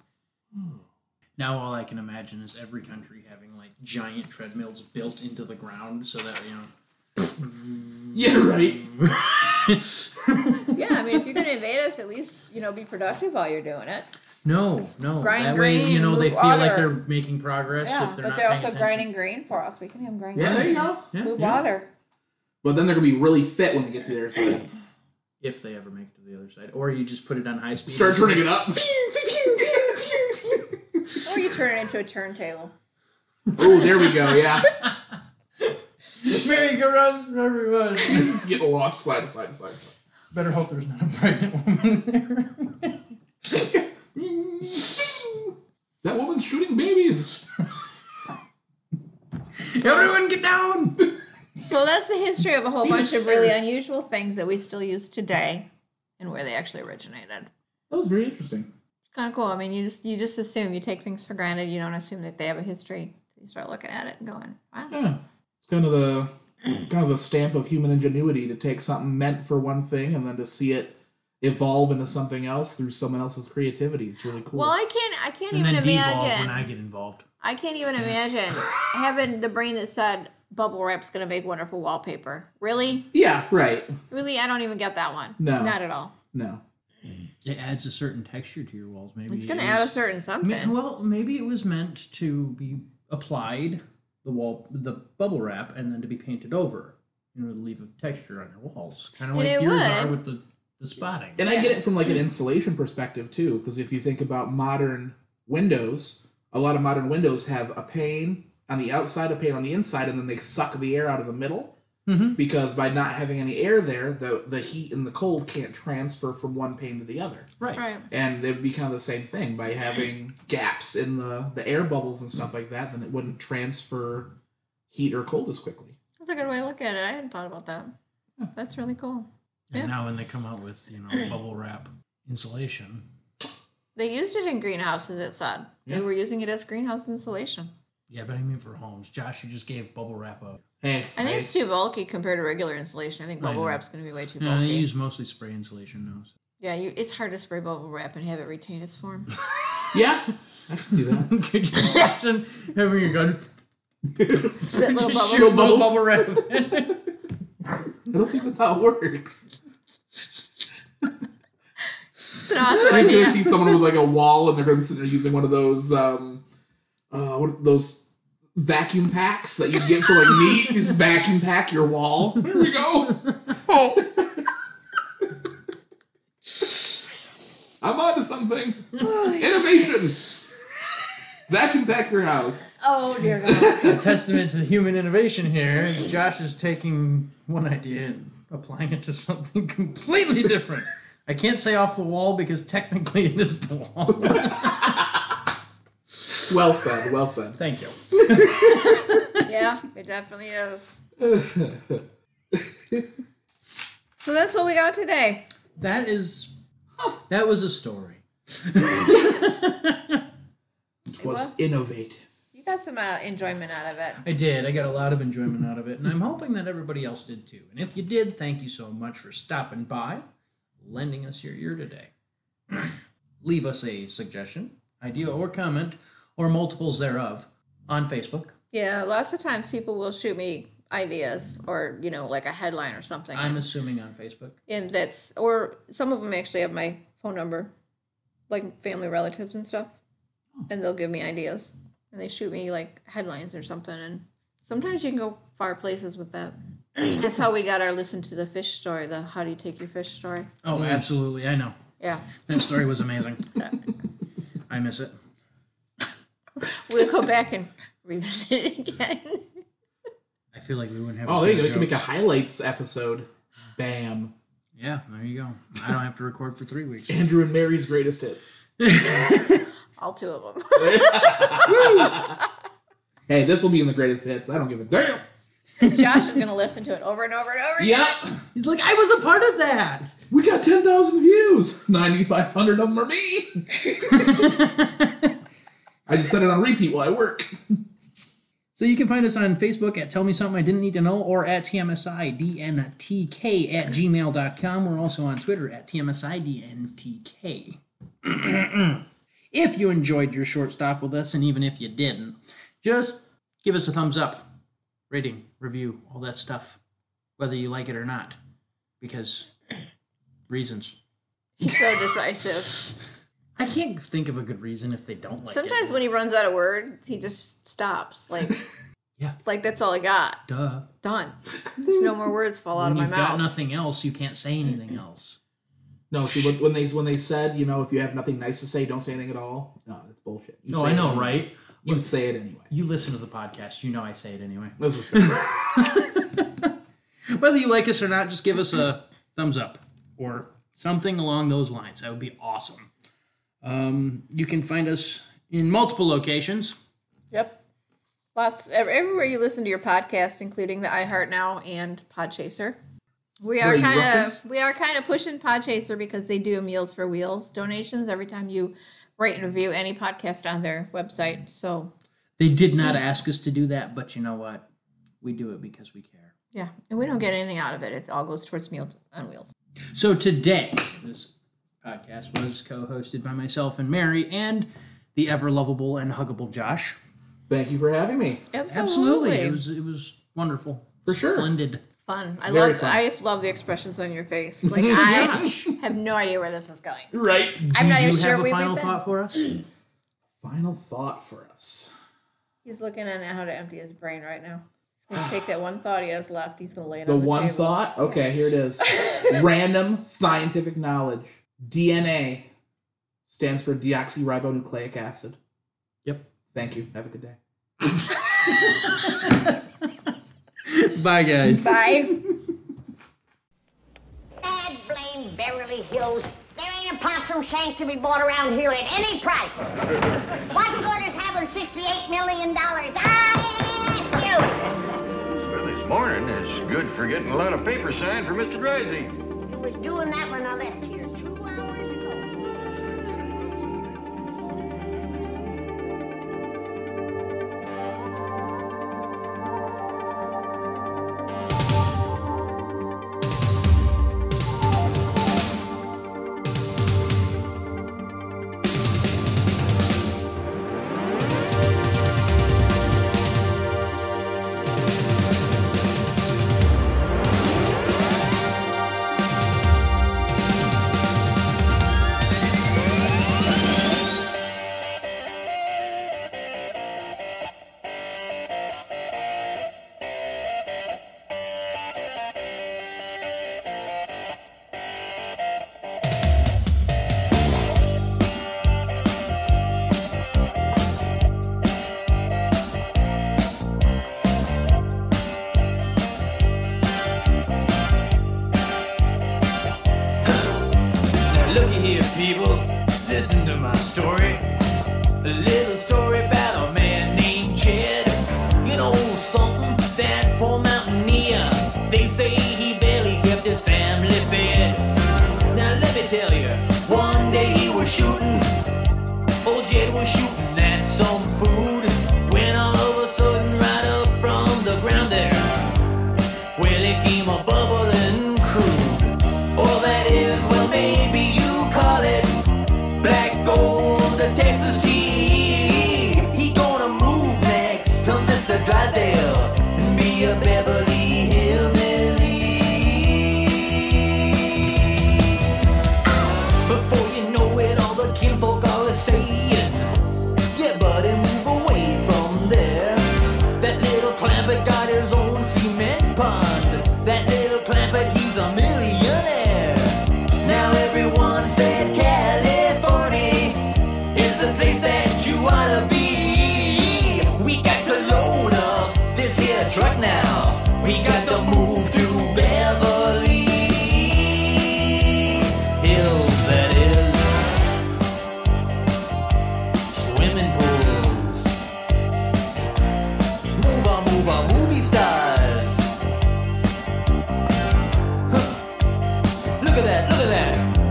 [SPEAKER 1] now all I can imagine is every country having like giant treadmills built into the ground so that you know
[SPEAKER 3] Yeah, right.
[SPEAKER 2] Yeah, I mean, if you're going to invade us, at least, you know, be productive while you're doing it.
[SPEAKER 1] No, no.
[SPEAKER 2] Grind
[SPEAKER 1] that way, you
[SPEAKER 2] grain,
[SPEAKER 1] know, they
[SPEAKER 2] move
[SPEAKER 1] feel like
[SPEAKER 2] water.
[SPEAKER 1] they're making progress
[SPEAKER 2] Yeah,
[SPEAKER 1] if they're
[SPEAKER 2] but
[SPEAKER 1] not
[SPEAKER 2] they're
[SPEAKER 1] paying
[SPEAKER 2] also
[SPEAKER 1] attention.
[SPEAKER 2] grinding grain for us. We can have grain.
[SPEAKER 3] Yeah, there you go.
[SPEAKER 1] Yeah,
[SPEAKER 2] Move
[SPEAKER 1] yeah.
[SPEAKER 2] water.
[SPEAKER 3] But then they're gonna be really fit when they get to their side.
[SPEAKER 1] If they ever make it to the other side, or you just put it on high speed.
[SPEAKER 3] Start turning it up.
[SPEAKER 2] Or you turn it into a turntable.
[SPEAKER 3] oh, there we go. Yeah,
[SPEAKER 4] Merry go rounds for everyone.
[SPEAKER 3] it's getting locked side to side to side. to side.
[SPEAKER 4] Better hope there's not a pregnant woman there.
[SPEAKER 3] That woman's shooting babies.
[SPEAKER 1] Everyone, get down!
[SPEAKER 2] So that's the history of a whole bunch of really unusual things that we still use today and where they actually originated.
[SPEAKER 3] That was very interesting.
[SPEAKER 2] It's kind of cool. I mean, you just you just assume you take things for granted. You don't assume that they have a history. You start looking at it and going, wow.
[SPEAKER 3] Yeah, it's kind of the kind of the stamp of human ingenuity to take something meant for one thing and then to see it evolve into something else through someone else's creativity. It's really cool.
[SPEAKER 2] Well, I can't I can't
[SPEAKER 1] And
[SPEAKER 2] even
[SPEAKER 1] then devolve
[SPEAKER 2] imagine.
[SPEAKER 1] when I get involved.
[SPEAKER 2] I can't even imagine having the brain that said bubble wrap's going to make wonderful wallpaper. Really?
[SPEAKER 3] yeah, right.
[SPEAKER 2] Really? I don't even get that one.
[SPEAKER 3] No.
[SPEAKER 2] Not at all.
[SPEAKER 3] No.
[SPEAKER 1] It adds a certain texture to your walls. Maybe
[SPEAKER 2] It's going to
[SPEAKER 1] it
[SPEAKER 2] add a
[SPEAKER 1] was-
[SPEAKER 2] certain
[SPEAKER 1] Ma-
[SPEAKER 2] something.
[SPEAKER 1] Well, maybe it was meant to be applied the wall, the bubble wrap, and then to be painted over. You know, to leave a texture on your walls, kind of
[SPEAKER 2] And
[SPEAKER 1] like
[SPEAKER 2] it
[SPEAKER 1] yours are
[SPEAKER 2] would.
[SPEAKER 1] with the the spotting.
[SPEAKER 3] And I get it from like an installation perspective too, because if you think about modern windows, a lot of modern windows have a pane on the outside, a pane on the inside, and then they suck the air out of the middle.
[SPEAKER 1] Mhm.
[SPEAKER 3] Because by not having any air there, the the heat and the cold can't transfer from one pane to the other.
[SPEAKER 1] right.
[SPEAKER 2] Right.
[SPEAKER 3] And it would be kind of the same thing by having gaps in the, the air bubbles and stuff like that, then it wouldn't transfer heat or cold as quickly.
[SPEAKER 2] That's a good way to look at it. I hadn't thought about that. That's really cool.
[SPEAKER 5] And
[SPEAKER 2] Yeah.
[SPEAKER 5] now when they come out with, you know, bubble wrap insulation,
[SPEAKER 2] They used it in greenhouses, it said. They were using it as greenhouse insulation.
[SPEAKER 5] Yeah, but I mean for homes. Josh, you just gave bubble wrap up.
[SPEAKER 3] Hey,
[SPEAKER 2] I think it's too bulky compared to regular insulation. I think bubble
[SPEAKER 5] know.
[SPEAKER 2] wrap's going to be way too
[SPEAKER 5] Yeah,
[SPEAKER 2] bulky.
[SPEAKER 5] they use mostly spray insulation now. so-
[SPEAKER 2] Yeah, you, it's hard to spray bubble wrap and have it retain its form.
[SPEAKER 3] Yeah, I can see that.
[SPEAKER 5] Could you imagine having a gun?
[SPEAKER 2] Spit little
[SPEAKER 5] Just
[SPEAKER 2] bubbles.
[SPEAKER 5] shoot a
[SPEAKER 3] bubbles.
[SPEAKER 5] bubble wrap.
[SPEAKER 3] I don't think that's how it works.
[SPEAKER 2] It's an awesome
[SPEAKER 3] I'm just gonna
[SPEAKER 2] idea.
[SPEAKER 3] see someone with like a wall, and they're gonna be sitting there using one of those, um, uh, what are those vacuum packs that you get for like meat. You just vacuum pack your wall. There we go. Oh. I'm onto something. Innovation. vacuum pack your house.
[SPEAKER 2] Oh dear God!
[SPEAKER 4] A testament to human innovation here is Josh is taking one idea and applying it to something completely different. I can't say off the wall because technically it is the wall.
[SPEAKER 3] Well said. Well said.
[SPEAKER 4] Thank you.
[SPEAKER 2] yeah, it definitely is. so that's what we got today.
[SPEAKER 1] That is. That was a story.
[SPEAKER 3] It was innovative.
[SPEAKER 2] You got some uh, enjoyment out of it.
[SPEAKER 1] I did. I got a lot of enjoyment out of it, and I'm hoping that everybody else did too. And if you did, thank you so much for stopping by, lending us your ear today. Leave us a suggestion, idea, or comment, or multiples thereof on Facebook.
[SPEAKER 2] Yeah, lots of times people will shoot me ideas or you know like a headline or something,
[SPEAKER 1] I'm assuming on Facebook.
[SPEAKER 2] and that's or some of them actually have my phone number, like family relatives and stuff, and they'll give me ideas and they shoot me like headlines or something, and sometimes you can go far places with that. that's how we got our listen to the fish story, the how do you take your fish story.
[SPEAKER 1] Oh, absolutely. I know.
[SPEAKER 2] Yeah,
[SPEAKER 1] That story was amazing. I miss it.
[SPEAKER 2] we'll go back and revisit it again.
[SPEAKER 1] I feel like we wouldn't have.
[SPEAKER 3] Oh,
[SPEAKER 1] as
[SPEAKER 3] there you go.
[SPEAKER 1] many
[SPEAKER 3] You can make a
[SPEAKER 1] jokes.
[SPEAKER 3] highlights episode. Bam.
[SPEAKER 1] Yeah, there you go. I don't have to record for three weeks.
[SPEAKER 3] Andrew and Mary's greatest hits.
[SPEAKER 2] All two of them.
[SPEAKER 3] Hey, this will be in the greatest hits. I don't give a damn.
[SPEAKER 2] Josh is gonna listen to it over and over and over.
[SPEAKER 3] Yep.
[SPEAKER 1] He's like, I was a part of that.
[SPEAKER 3] We got 10,000 views. 9,500 of them are me. I just said it on repeat while I work.
[SPEAKER 1] So you can find us on Facebook at Tell Me Something I Didn't Need to Know or at TMSIDNTK at gmail.com. We're also on Twitter at TMSIDNTK. if you enjoyed your short stop with us, and even if you didn't, just give us a thumbs up, rating, review, all that stuff, whether you like it or not, because reasons.
[SPEAKER 2] He's so decisive.
[SPEAKER 1] I can't think of a good reason if they don't like
[SPEAKER 2] Sometimes
[SPEAKER 1] it.
[SPEAKER 2] when he runs out of words, he just stops. Like,
[SPEAKER 1] Yeah.
[SPEAKER 2] like that's all I got.
[SPEAKER 1] Duh.
[SPEAKER 2] Done. There's no more words fall out
[SPEAKER 1] When
[SPEAKER 2] of my
[SPEAKER 1] you've got
[SPEAKER 2] mouth.
[SPEAKER 1] nothing else, you can't say anything else.
[SPEAKER 3] No, see, when, when they when they said, you know, if you have nothing nice to say, don't say anything at all. No, that's bullshit. You
[SPEAKER 1] No,
[SPEAKER 3] say
[SPEAKER 1] I
[SPEAKER 3] it
[SPEAKER 1] know,
[SPEAKER 3] anyway.
[SPEAKER 1] right?
[SPEAKER 3] You say it anyway.
[SPEAKER 1] You listen to the podcast, you know I say it anyway.
[SPEAKER 3] This is fair.
[SPEAKER 1] Whether you like us or not, just give us a thumbs up or something along those lines. That would be awesome. Um, you can find us in multiple locations.
[SPEAKER 2] Yep. Lots ev- everywhere you listen to your podcast, including the iHeart Now and Podchaser. We
[SPEAKER 3] Where are
[SPEAKER 2] are
[SPEAKER 3] you
[SPEAKER 2] kind of
[SPEAKER 3] referencing?
[SPEAKER 2] we are kind of pushing Podchaser because they do a Meals for Wheels donations every time you rate and review any podcast on their website. So
[SPEAKER 1] They did not ask us to do that, but you know what? We do it because we care.
[SPEAKER 2] yeah, and we don't get anything out of it. It all goes towards Meals on Wheels.
[SPEAKER 1] So today, this podcast was co hosted by myself and Mary and the ever lovable and huggable Josh.
[SPEAKER 3] Thank you for having me.
[SPEAKER 2] Absolutely,
[SPEAKER 1] It was, it was wonderful.
[SPEAKER 3] For sure.
[SPEAKER 1] Splendid.
[SPEAKER 2] fun. I
[SPEAKER 3] Very
[SPEAKER 2] love
[SPEAKER 3] fun.
[SPEAKER 2] I love the expressions on your face. Like I have no idea where this is going.
[SPEAKER 3] Right.
[SPEAKER 2] I'm not
[SPEAKER 1] Do you
[SPEAKER 2] even
[SPEAKER 1] have
[SPEAKER 2] sure
[SPEAKER 1] a
[SPEAKER 2] where
[SPEAKER 1] final
[SPEAKER 2] we've been.
[SPEAKER 1] thought for us?
[SPEAKER 3] Final thought for us.
[SPEAKER 2] He's looking at how to empty his brain right now. He's gonna take that one thought he has left. He's gonna lay it
[SPEAKER 3] The
[SPEAKER 2] on the
[SPEAKER 3] one
[SPEAKER 2] table.
[SPEAKER 3] thought? Okay, here it is. Random scientific knowledge. DNA stands for deoxyribonucleic acid.
[SPEAKER 1] Yep.
[SPEAKER 3] Thank you. Have a good day.
[SPEAKER 1] Bye, guys.
[SPEAKER 2] Bye.
[SPEAKER 6] Dad blame Beverly Hills. There ain't a possum shank to be bought around here at any price. what good is having $68 million? I ask you.
[SPEAKER 7] Well, this morning is good for getting a lot of paper signed for Mr. Drisey.
[SPEAKER 6] It was doing that when I left here two hours ago.
[SPEAKER 8] here, people. Listen to my story. A little story about a man named Jed. Good old something, that poor mountaineer. They say he barely kept his family fed. Now let me tell you, one day he was shooting. Old Jed was shooting at some food. When all of a sudden, right up from the ground there, well, it came a bubbling crude. All that is, well, maybe you call it black gold, the Texas tea. He gonna move next to Mr. Drysdale and be a Beverly Hillbilly. Before you know it, all the kinfolk are saying, Yeah, buddy, move away from there. That little Clampett got his own cement pond. That little Clampett, he's a millionaire. Now everyone said California is the place that you ought to be. We got to load up this here truck now. We got to move to Beverly Hills, that is. Swimming pools. Move on, move on, movie stars. Huh. Look at that, look at that.